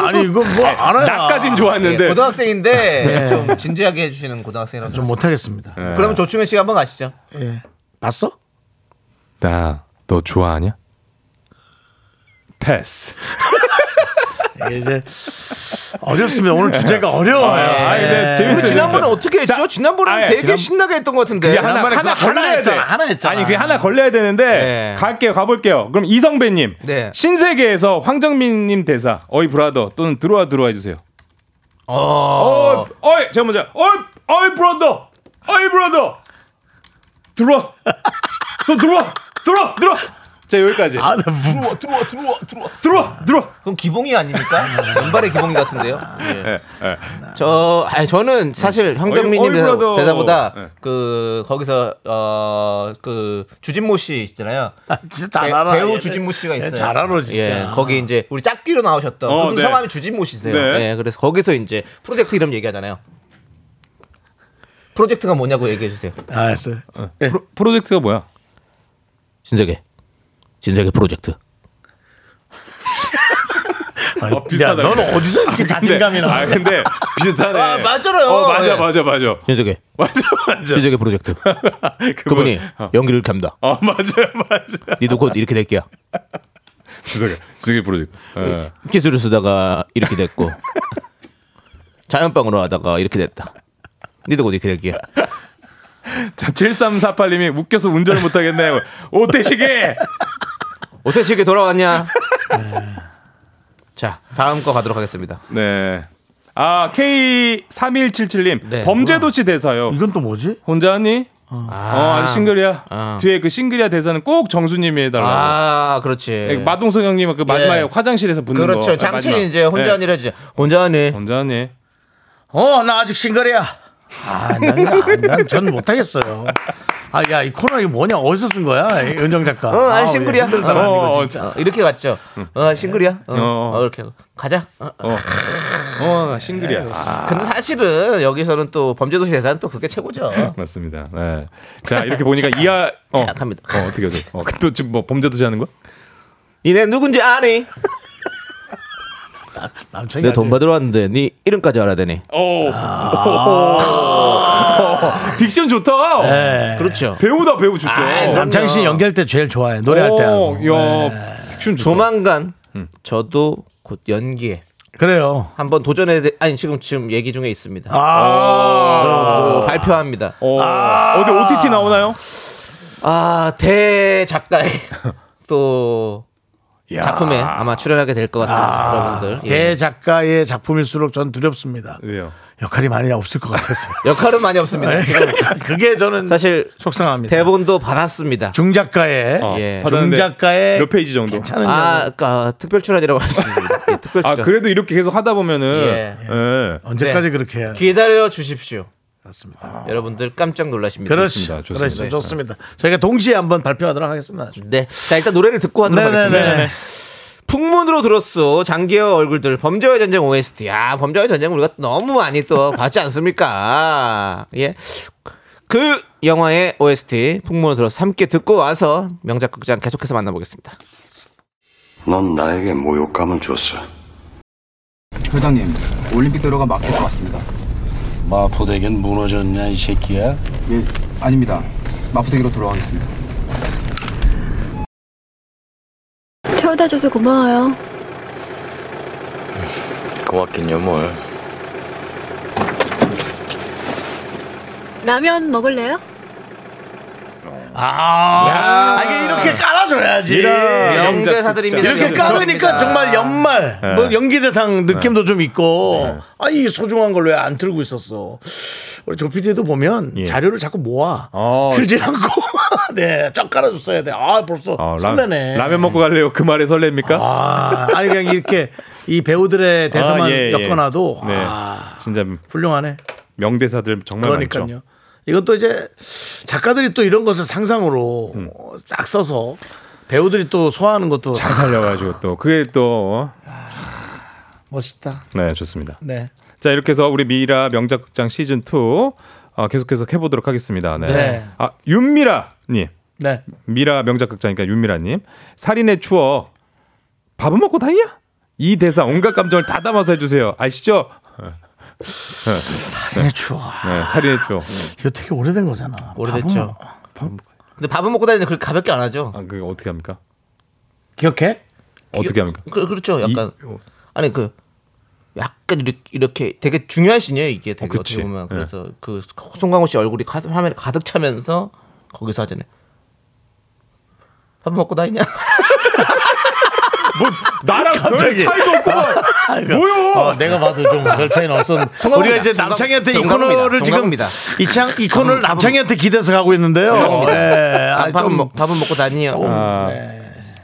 A: 아니 이거 뭐 알아요.
J: 나까진 좋았는데. 네.
B: 예, 고등학생인데
A: 예.
B: 좀 진지하게 해주시는 고등학생이라서
J: 아,
A: 좀 못하겠습니다.
B: 그러면 조충현 씨 한번 가시죠.
A: 예. 봤어?
J: 나 너 좋아하냐? 패스.
A: 이게 이제 어렵습니다. 오늘 주제가 어려워요.
J: 네. 아, 아니, 근데
A: 예.
J: 재밌어요.
B: 우리 지난번에 어떻게 했죠? 지난번에
J: 아예,
B: 되게
J: 지난-
B: 신나게 했던 것 같은데.
J: 그게 하나
A: 지난번에
J: 하나
A: 그거 하나
J: 걸려야 돼.
A: 했잖아, 하나 했잖아.
J: 아니 그게 하나 걸려야 되는데
B: 네.
J: 갈게요 가볼게요. 그럼 이성배님
B: 네.
J: 신세계에서 황정민님 대사 어이 브라더 또는 들어와 들어와 해주세요.
B: 어.
J: 어 어이 제가 먼저 어이 어이 브라더 어이 브라더 들어와 또 들어와 들어와 들어와 자 여기까지
A: 아, 나 무-
B: 들어와 들어와 들어와 들어와.
J: 들어와 들어와
B: 그럼 기봉이 아닙니까? 연발의 기봉이 같은데요.
J: 예, 예.
B: 저 아니, 저는 사실
J: 어이,
B: 황정민님
J: 어이 브라더.
B: 대사보다
J: 음. 네.
B: 그 거기서 어, 어그 주진모 씨 있잖아요.
A: 진짜 잘
B: 배-
A: 알아.
B: 배우
A: 얘네.
B: 주진모 씨가 있어요.
A: 얘 잘 알아 진짜.
B: 예, 거기 이제 우리 짝귀로 나오셨던
J: 어,
B: 그분
J: 네.
B: 성함이 주진모 씨세요.
J: 네.
B: 예, 그래서 거기서 이제 프로젝트 이름 얘기하잖아요. 프로젝트가 뭐냐고 얘기해 주세요.
A: 아, 알았어요. 예.
J: 프로, 프로젝트가 뭐야
B: 신세계. 신세계 프로젝트.
A: 아,
J: 어, 비슷하다.
A: 야, 넌 어디서 이렇게 자신감이 나?
J: 아 근데 비슷하네
B: 아, 맞잖아요.
J: 어 맞아
B: 예.
J: 맞아 맞아
B: 신세계.
J: 맞아 맞아
B: 신세계 프로젝트.
J: 그분.
B: 그분이
J: 어,
B: 연기를 갑니다.
J: 어 맞아 맞아
B: 니도 곧 이렇게 될 거야.
J: 신세계 신세계 프로젝트 예.
B: 기술을 쓰다가 이렇게 됐고 자연빵으로 하다가 이렇게 됐다. 니도 곧 이렇게 될 거야.
J: 자 7348님이 웃겨서 운전을 못하겠네 오대식에
B: 어떻게 이렇게 돌아왔냐? 네. 자 다음 거 가도록 하겠습니다.
J: 네. 아, K3177님.
B: 네.
J: 범죄도시 대사요.
A: 이건 또 뭐지?
J: 혼자니? 어, 아주 싱글이야.
B: 어.
J: 뒤에 그 싱글이야 대사는 꼭 정수님이 해달라고.
B: 아 그렇지.
J: 마동석 형님은 그 마지막에
B: 예.
J: 화장실에서 붙는 거.
B: 그렇죠.
J: 아, 마지막. 음.
B: 장첸이 이제 혼자
J: 네.
B: 하니라 해지 혼자 하니.
J: 혼자니?
A: 어, 나 아직 싱글이야. 아, 난, 난, 난, 전 못하겠어요. 아, 야, 이 코너 이게 뭐냐? 어디서 쓴 거야? 이 은정 작가.
B: 어, 아니,
A: 아우,
B: 싱글이야.
A: 힘들다, 난
J: 어,
A: 이거
J: 어,
A: 진짜.
B: 어, 이렇게 갔죠. 어 싱글이야. 어,
J: 음. 어.
B: 어, 이렇게 가자. 어.
J: 어. 어, 나 싱글이야. 아,
B: 근데 사실은 여기서는 또 범죄도시 대사는 또 그게 최고죠.
J: 맞습니다. 네. 자, 이렇게 보니까 이하. 어,
B: 착합니다.
J: 어, 어떻게 하죠? 어, 또 지금 뭐 범죄도시 하는 거?
B: 니네 누군지 아니?
A: 남창이
B: 내 돈
A: 아주-
B: 받으러 왔는데 네 이름까지 알아야 되니?
J: 오. 오. 딕션 좋다.
A: 예.
B: 그렇죠.
J: 배우다 배우 좋죠.
B: 아, 남-
A: 남창희 씨 연기할 때 제일 좋아해. 노래할 때.
J: 오,
A: 하고.
J: 야,
A: 예.
J: 딕션 좋다.
B: 네. 조만간 저도 곧 연기에
A: 그래요.
B: 한번 도전해 대- 아니 지금 지금 얘기 중에 있습니다.
A: 아.
B: 어, 발표합니다.
J: 어, 어디 OTT 나오나요?
B: 아 대작가의 또
A: 야.
B: 작품에 아마 출연하게 될 것 같습니다, 여러분들. 예.
A: 대작가의 작품일수록 전 두렵습니다.
J: 왜요?
A: 역할이 많이 없을 것 같아서. 네, 그러니까
B: 역할은 많이 없습니다.
A: 그게 저는
B: 사실
A: 속상합니다.
B: 대본도 받았습니다.
A: 중작가의
J: 어,
B: 예.
J: 받았는데
A: 중작가의
J: 몇 페이지 정도?
A: 괜찮은
B: 아, 아까 특별 출연이라고 했습니다. 예, 특별
J: 아
B: 출연.
J: 그래도 이렇게 계속 하다 보면은
B: 예.
J: 예.
A: 언제까지
B: 네.
A: 그렇게 해야
B: 기다려 주십시오. 아,
A: 그렇습니다.
B: 여러분들 깜짝 놀라십니다.
A: 그렇습니다.
J: 좋습니다.
A: 그렇죠.
J: 네.
A: 좋습니다. 저희가 동시에 한번 발표하도록 하겠습니다.
B: 네. 자, 일단 노래를 듣고 하도록 하겠습니다.
A: 네네네.
B: 풍문으로 들었소 장기하 얼굴들 범죄와 전쟁 OST. 야, 아, 범죄와 전쟁 우리가 너무 많이 또 봤지 않습니까? 예. 그 영화의 OST 풍문으로 들었어 함께 듣고 와서 명작 극장 계속해서 만나보겠습니다.
A: 아,
K: 넌 나에게 모욕감을 줬어.
M: 회장님, 올림픽 대로가 막힐 것 같습니다.
K: 마포대교는 무너졌냐 이 새끼야?
M: 예, 아닙니다. 마포대기로 돌아가겠습니다.
N: 태워다줘서 고마워요.
K: 고맙긴요 뭘.
N: 라면 먹을래요?
A: 아,
B: 야.
A: 아, 이게 이렇게 깔아줘야지.
J: 이런.
B: 명대사들입니다.
A: 이렇게 깔으니까 정말 연말
J: 네.
A: 뭐 연기대상 느낌도 좀 있고 아 이 소중한 걸 왜 안 들고 있었어 우리 조피디도 보면 자료를 자꾸 모아
J: 예. 어.
A: 들질 않고 네쫙 깔아줬어야 돼. 아 벌써
J: 어, 라,
A: 설레네.
J: 라면 먹고 갈래요? 그 말에 설렙니까?
A: 아, 아니 그냥 이렇게 이 배우들의 대사만
J: 아, 예, 예.
A: 엮어놔도 아,
J: 네. 진짜
A: 훌륭하네.
J: 명대사들 정말
A: 그러니까요.
J: 많죠.
A: 이건 또 이제 작가들이 또 이런 것을 상상으로
J: 음.
A: 어, 쫙 써서 배우들이 또 소화하는 것도
J: 잘 살려가지고 또 그게 또
A: 멋있다.
J: 네, 좋습니다.
A: 네.
J: 자 이렇게 해서 우리 미라 명작극장 시즌 2 어, 계속해서 해보도록 하겠습니다. 네.
A: 네.
J: 아 윤미라님,
A: 네.
J: 미라 명작극장이니까 윤미라님 살인의 추억 밥은 먹고 다니냐? 이 대사 온갖 감정을 다 담아서 해주세요. 아시죠? 살인의
A: 추억.
J: 네, 살인의 추억.
A: 이거 되게 오래된 거잖아.
B: 오래됐죠.
A: 밥은
B: 근데 밥은 먹고 다니는데 그걸 가볍게 안 하죠.
J: 아, 그 어떻게 합니까?
A: 기억해?
J: 어떻게 합니까? 어.
B: 그, 그렇죠. 약간 아니 그 약간 이렇게, 이렇게 되게 중요한 신이에요 이게 되게 어, 떻게 보면
J: 예.
B: 그래서 그 송강호 씨 얼굴이 가, 화면에 가득 차면서 거기서 하잖아요. 밥 먹고 다니냐?
J: 뭐 나랑
A: 갑자기. 뭐요? 아, 내가 봐도 좀 별 차이는 없었는데.
B: 아, 송강호입니다.
A: 우리가 이제
B: 송강-
A: 남창희한테 이
B: 송강호입니다.
A: 코너를 지금
B: 송강호입니다.
A: 이창 이 코너를 남창희한테 기대서 가고 있는데요. 네. 아,
B: 밥은,
A: 좀
B: 먹, 밥은 먹고 다니냐?
J: 아,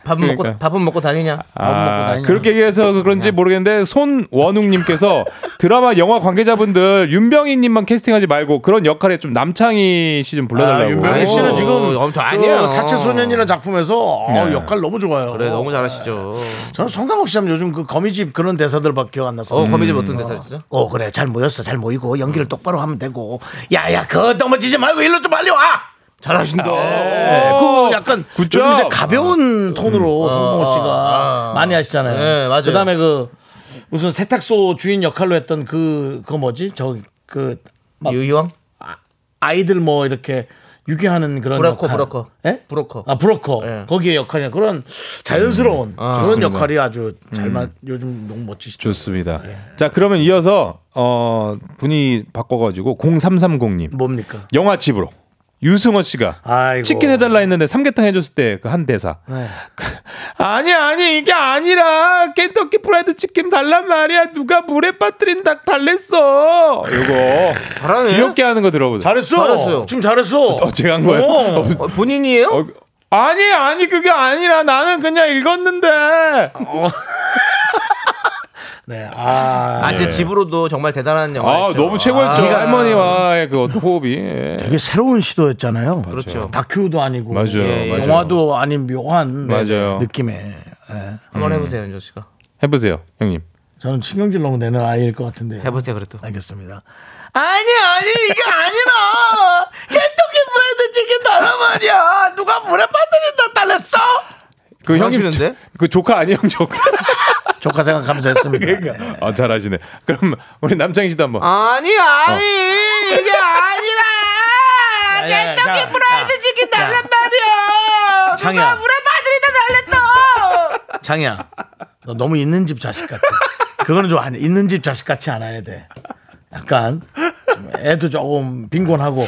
B: 밥은
J: 그러니까.
B: 먹고 밥은 먹고 다니냐?
J: 아, 그렇게 얘기해서 그런지 모르겠는데 손원웅님께서 드라마 영화 관계자분들 윤병희님만 캐스팅하지 말고 그런 역할에 좀 남창희 씨 좀 불러달라고. 어.
A: 아, 윤병희 씨는 지금
B: 엄청
A: 그
B: 아니에요.
A: 사채 소년이라는 작품에서 어,
J: 네.
A: 역할 너무 좋아요.
B: 그래 너무 잘하시죠.
A: 저는 성강호 씨하면 요즘 그 거미집 그런 대사들밖에 기억 안 나서.
B: 어, 거미집 어떤 대사였죠?
A: 어 그래 잘 모였어 잘 모이고 연기를 똑바로 하면 되고 야야 그 넘어지지 말고 일로 좀 빨리 와.
B: 잘하신다.
A: 네,
B: 어.
A: 그 약간
B: 굿잡.
A: 요즘 이제 가벼운
B: 음.
A: 톤으로 성공호 씨가 많이 하시잖아요.
B: 어, 네, 맞아요.
A: 그다음에 그 무슨 세탁소 주인 역할로 했던 그 그거 뭐지 저그
B: 아, 유희왕
A: 아이들 뭐 이렇게 유기하는 그런
B: 브로커,
A: 역할.
B: 브로커.
A: 예?
B: 브로커.
A: 아 브로커 거기에 역할이나 그런 자연스러운 그런
J: 좋습니다.
A: 역할이 아주 잘
J: 음.
A: 맞. 요즘 너무 멋지시죠.
J: 좋습니다. 자 그러면 이어서 어 분이 바꿔가지고 0330님
A: 뭡니까?
J: 영화 집으로 유승호 씨가
A: 아이고. 네.
J: 치킨 해달라 했는데 삼계탕 해줬을 때 그 한 대사 아니 아니 이게 아니라 켄터키 프라이드 치킨 달란 말이야 누가 물에 빠뜨린 닭 달랬어 요거 귀엽게 하는 거
A: 네.
J: 들어보세요
A: 잘했어.
J: 잘했어요.
A: 지금 잘했어.
J: 어, 제가 한 거예요?
A: 어.
J: 어,
B: 본인이에요?
J: 아니 아니 그게 아니라 나는 그냥 읽었는데
A: 아, 네. 아,
B: 아, 제 집으로도 정말 대단한 영화.
J: 아, 너무 최고였죠. 할머니와의 그 어떤 호흡이.
A: 되게 새로운 시도였잖아요.
B: 그렇죠.
J: 네.
A: 다큐도 아니고
J: 맞아요,
A: 예, 예.
J: 맞아요.
A: 영화도 아닌 묘한
J: 맞아요.
A: 느낌의 예.
J: 음.
B: 한번 해보세요, 연조 씨가.
J: 해보세요, 형님.
A: 저는 신경질 너무 내는 아이일 것 같은데.
B: 해보세요, 그래도.
A: 알겠습니다.
D: 아니 아니 이게 아니라 켄터키 프라이드 치킨 달라 말이야 누가 물에 빠뜨린다 달랬어?
J: 그 형님 조- 그 조카 아니에요, 형 조카.
A: 조카 생각 감사했습니다. 그러니까.
J: 아, 잘하시네. 그럼 우리 남창희 씨도 한번.
D: 아니 아니 이게 아니라 켄터키 프라이드 치킨 달란 말이야
A: 장이야.
D: 누가 물에 빠뜨린다 달랬어?
A: 장이야, 너 너무 있는 집 자식 같아. 그거는 좀 아니, 있는 집 자식 같이 않아야 돼. 약간 좀 애도 조금 빈곤하고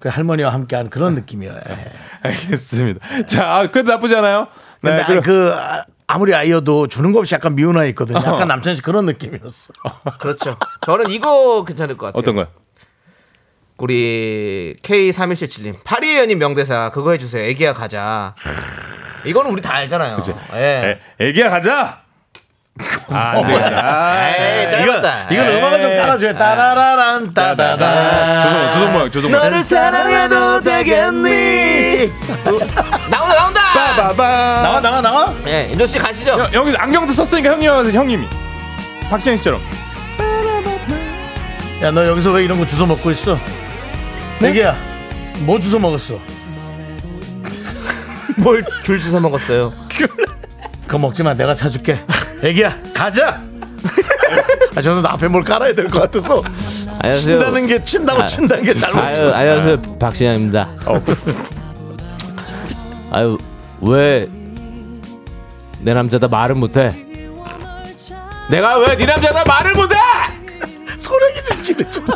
A: 그 할머니와 함께한 그런 느낌이에요. 예.
J: 알겠습니다. 자, 아, 그래도 나쁘지 않아요.
A: 근데
J: 네,
A: 아,
J: 그럼-
A: 그 아, 아무리 아이여도 주는 거 없이 약간 미운 아이 있거든요.
J: 어.
A: 약간 남편이 그런 느낌이었어.
B: 그렇죠. 저는 이거 괜찮을 것 같아요.
J: 어떤 거요?
B: 우리 K3177님 파리의 연인 명대사 그거 해주세요. 애기야 가자. 이거는 우리 다 알잖아요.
A: 어,
B: 예.
J: 애, 애기야 가자. 아, 안 되겠다.
B: 에이, 짧았다. 예.
A: 이건
B: 에이.
A: 음악을 좀
B: 네.
A: 깔아줘요. 따라라란
J: 아,
A: 따다다.
J: 조성 모양, 조성 모양.
A: 너를 사랑해도 되겠니?
B: 나온다 나온다.
J: 빠바바.
A: 나와 나와 나와.
B: 예, 인조 씨 가시죠.
J: 네, 여- 여기 안경도 썼으니까 형님 하면서 형님이 박지현 씨처럼.
A: 야 너 여기서 왜 이런 거 주워 먹고 있어?
B: 네?
A: 애기야, 뭐 주워 먹었어?
B: 뭘 귤 주워 먹었어요?
A: 그거 먹지 마. 내가 사줄게. 애기야, 가자. 아, 저는 앞에 뭘 깔아야 될 것 같아서
B: 안녕하세요.
A: 친다는 게 친다고
B: 아,
A: 친다는 게 잘못 쳤어.
B: 박신양입니다.
J: 예.
B: 예. 아유 왜 내 남자다 말을 못해? 내가 왜 네 남자다 말을 못해?
A: 소리기 좀 지르지 마.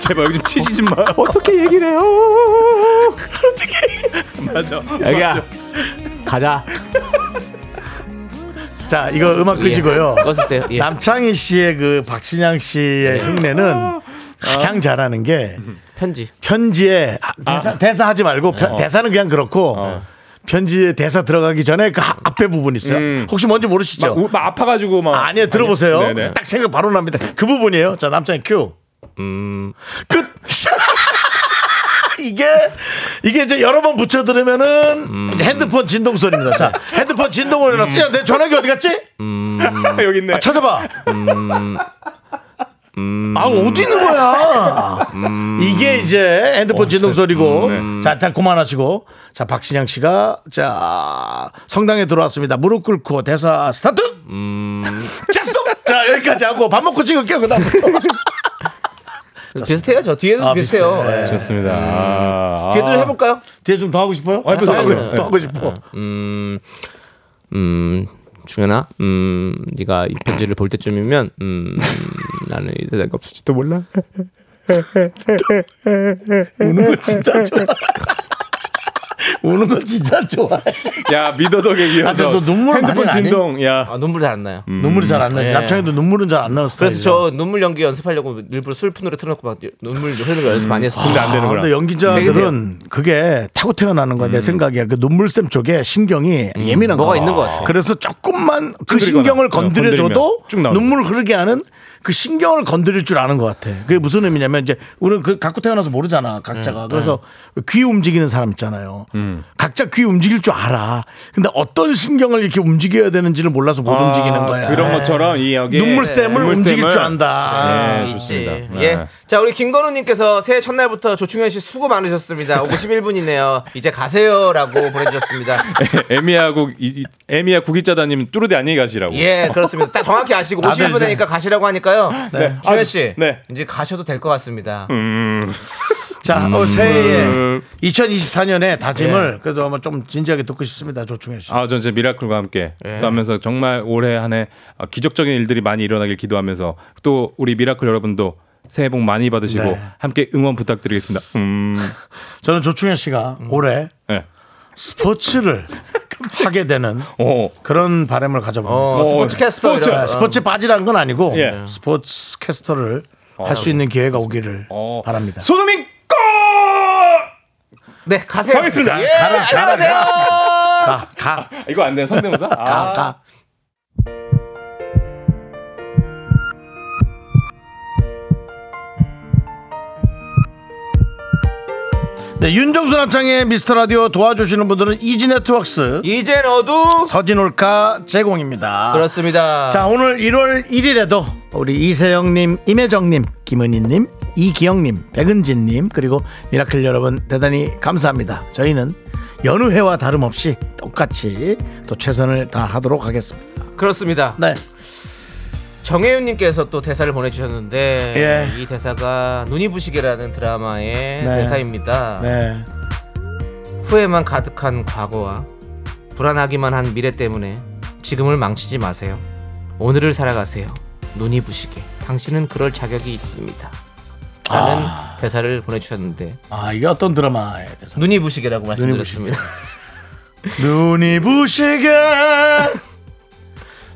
J: 제발 여기 좀 치지 좀 마.
B: 어떻게 얘기를 해요?
J: 맞아.
B: 애기야 가자.
A: 자, 이거 음악
B: 예,
A: 끄시고요.
B: 꺼주세요. 예.
J: 네. 아.
A: 남창희 씨의 그 박신양 씨의 흉내는 가장 잘하는 게
B: 편지.
A: 편지에 아, 대사, 하지 말고 편-
B: 어.
A: 대사는 그냥 그렇고
J: 어.
A: 편지에 대사 들어가기 전에 그 하- 앞에 부분 있어요.
J: 음.
A: 혹시 뭔지 모르시죠?
J: 막 우- 아파가지고 막
A: 아니에요 들어보세요.
J: 아니요. 네네.
A: 딱 생각 바로 납니다. 그 부분이에요. 자 남창이 큐.
J: 음.
A: 끝. 이게 이게 이제 여러 번 붙여 들으면은
J: 음.
A: 이제 핸드폰 진동 소리입니다. 자 핸드폰 진동을 해놨어. 야, 내 전화기 어디 갔지?
J: 여기 있네.
A: 아, 찾아봐.
B: 음.
A: 아 어디 있는 거야? 이게 이제 핸드폰
B: 어,
A: 진동 소리고
B: 음, 네.
A: 자 일단 그만하시고 자 박신양 씨가 자 성당에 들어왔습니다. 무릎 꿇고 대사 스타트.
B: 음.
A: 자 스톱. 자 여기까지 하고 밥 먹고 찍을게요. 그다음.
B: 그 비슷해요. 저
J: 아,
B: 뒤에도 비슷해요. 예.
J: 좋습니다. 아,
B: 뒤에도 해볼까요?
A: 뒤에 좀 더 하고 싶어요?
B: 아, 해보세요.
A: 더 하고,
B: 네.
A: 더 하고 싶어.
B: 음, 음, 중현아, 음, 네가 이 편지를 볼 때쯤이면, 음, 나는 이제 내가 없을지도 몰라. 네.
A: 우는 거 진짜 좋아. 우는 거 진짜 좋아.
J: 야 미더덕에 이어서
A: 아, 근데 너 눈물은
J: 핸드폰
A: 많이 안
J: 진동. 야
B: 아, 눈물 잘 안 나요.
J: 음.
A: 눈물이 잘 안 나지.
B: 예.
A: 남창이도 눈물은 잘 안 나는
B: 그래서
A: 스타일이죠.
B: 저 눈물 연기 연습하려고 일부러 슬픈 노래 틀어놓고 막 눈물 흐르는 거 연습 많이 했어요.
A: 아, 근데 연기자들은 그게 타고 태어나는 거야 내 생각이야. 그 눈물샘 쪽에 신경이 예민한
B: 뭐가
A: 거야.
B: 있는 것 같아.
A: 그래서 조금만 그
B: 찌그리거나,
A: 신경을
B: 어,
A: 건드려줘도
B: 건드리면 쭉 나오는
A: 눈물 흐르게 하는 그 신경을 건드릴 줄 아는 것 같아. 그게 무슨 의미냐면 이제 우리는 그 갖고 태어나서 모르잖아 각자가.
D: 음,
A: 그래서 귀 움직이는 사람 있잖아요. 각자 귀 움직일 줄 알아. 근데 어떤 신경을 이렇게 움직여야 되는지를 몰라서 못
J: 아,
A: 움직이는 거야.
J: 그런 것처럼 이 여기
A: 눈물샘을 움직일 줄 안다.
J: 네, 좋습니다. 네.
B: 아, 예. 자, 우리 김건우님께서 새해 첫날부터 조충현 씨 수고 많으셨습니다. 오고 11분이네요. 이제 가세요라고 보내주셨습니다.
J: 에미하고 이- 이- 에미야 구기자다님 뚜르디 안녕히 가시라고.
B: 예, 그렇습니다. 딱 정확히 아시고
J: 아, 네,
B: 51분이니까 가시라고 하니까요.
J: 네.
B: 충현
J: 아,
B: 씨,
J: 네.
B: 이제 가셔도 될 것 같습니다.
J: 음.
A: 자, 어, 새해에 2024년에 다짐을
J: 예.
A: 그래도 아마 좀 진지하게 듣고 싶습니다. 조충현 씨.
J: 아, 전 진짜 미라클과 함께
A: 예.
J: 또 하면서 정말 올해 한 해 어, 기적적인 일들이 많이 일어나길 기도하면서 또 우리 미라클 여러분도 새해 복 많이 받으시고
A: 네.
J: 함께 응원 부탁드리겠습니다. 음.
A: 저는 조충현 씨가 올해
J: 예.
A: 스포츠를 하게 되는
J: 오.
A: 그런 바람을 가져봅니다.
J: 어, 스포츠 어, 캐스터 스포츠. 이런-
A: 네, 스포츠 빠지라는 건 아니고
J: 예.
A: 스포츠 캐스터를
J: 어,
A: 할 수 있는 기회가 오기를
J: 어.
A: 바랍니다.
J: 손흥민 골!
B: 네, 가세요.
J: 가겠습니다.
B: 예,
J: 가라,
B: 안녕하세요.
A: 가, 가.
J: 이거 안 돼. 성대모사? 아.
A: 가. 네, 윤정수 남창의 미스터 라디오 도와주시는 분들은 이지네트웍스,
B: 이젠어두,
A: 서진올카 제공입니다.
B: 그렇습니다.
A: 아. 자, 오늘 1월 1일에도 우리 이세영님, 임혜정님, 김은희님, 이기영님, 백은진님, 그리고 미라클 여러분 대단히 감사합니다. 저희는 여느 해와 다름없이 똑같이 또 최선을 다하도록 하겠습니다.
B: 그렇습니다.
A: 네.
B: 정혜윤님께서 또 대사를 보내주셨는데
A: 예.
B: 이 대사가 눈이 부시게라는 드라마의
A: 네.
B: 대사입니다.
A: 네.
B: 후회만 가득한 과거와 불안하기만 한 미래 때문에 지금을 망치지 마세요. 오늘을 살아가세요. 눈이 부시게. 당신은 그럴 자격이 있습니다. 라는 대사를 보내주셨는데
A: 아, 이게 어떤 드라마예요?
B: 눈이 부시게라고
A: 눈이
B: 말씀드렸습니다.
A: 눈이 부시게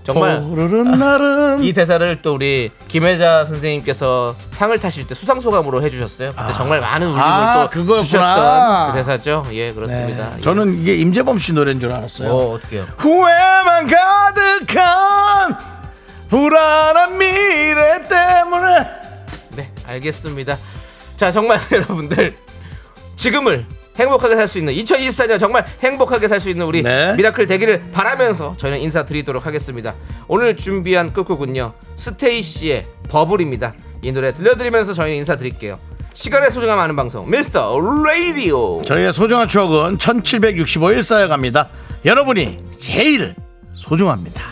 B: 정말 아,
A: 푸르른 날은
B: 이 대사를 또 우리 김혜자 선생님께서 상을 타실 때 수상 소감으로 해주셨어요. 그때 정말 많은 울림을
A: 아,
B: 또
A: 그거였구나.
B: 주셨던 그 대사죠. 예, 그렇습니다.
A: 네. 저는 이게 임재범 씨 노래인 줄 알았어요.
B: 어, 어떡해요?
A: 후회만 가득한 불안한 미래 때문에
B: 네, 알겠습니다. 자, 정말 여러분들 지금을 행복하게 살 수 있는 2024년 정말 행복하게 살 수 있는 우리
A: 네.
B: 미라클 되기를 바라면서 저희는 인사드리도록 하겠습니다. 오늘 준비한 끝곡은요. 스테이시의 버블입니다. 이 노래 들려드리면서 저희는 인사드릴게요. 시간의 소중함 아는 방송 미스터 라디오.
A: 저희의 소중한 추억은 1765일 쌓여갑니다. 여러분이 제일 소중합니다.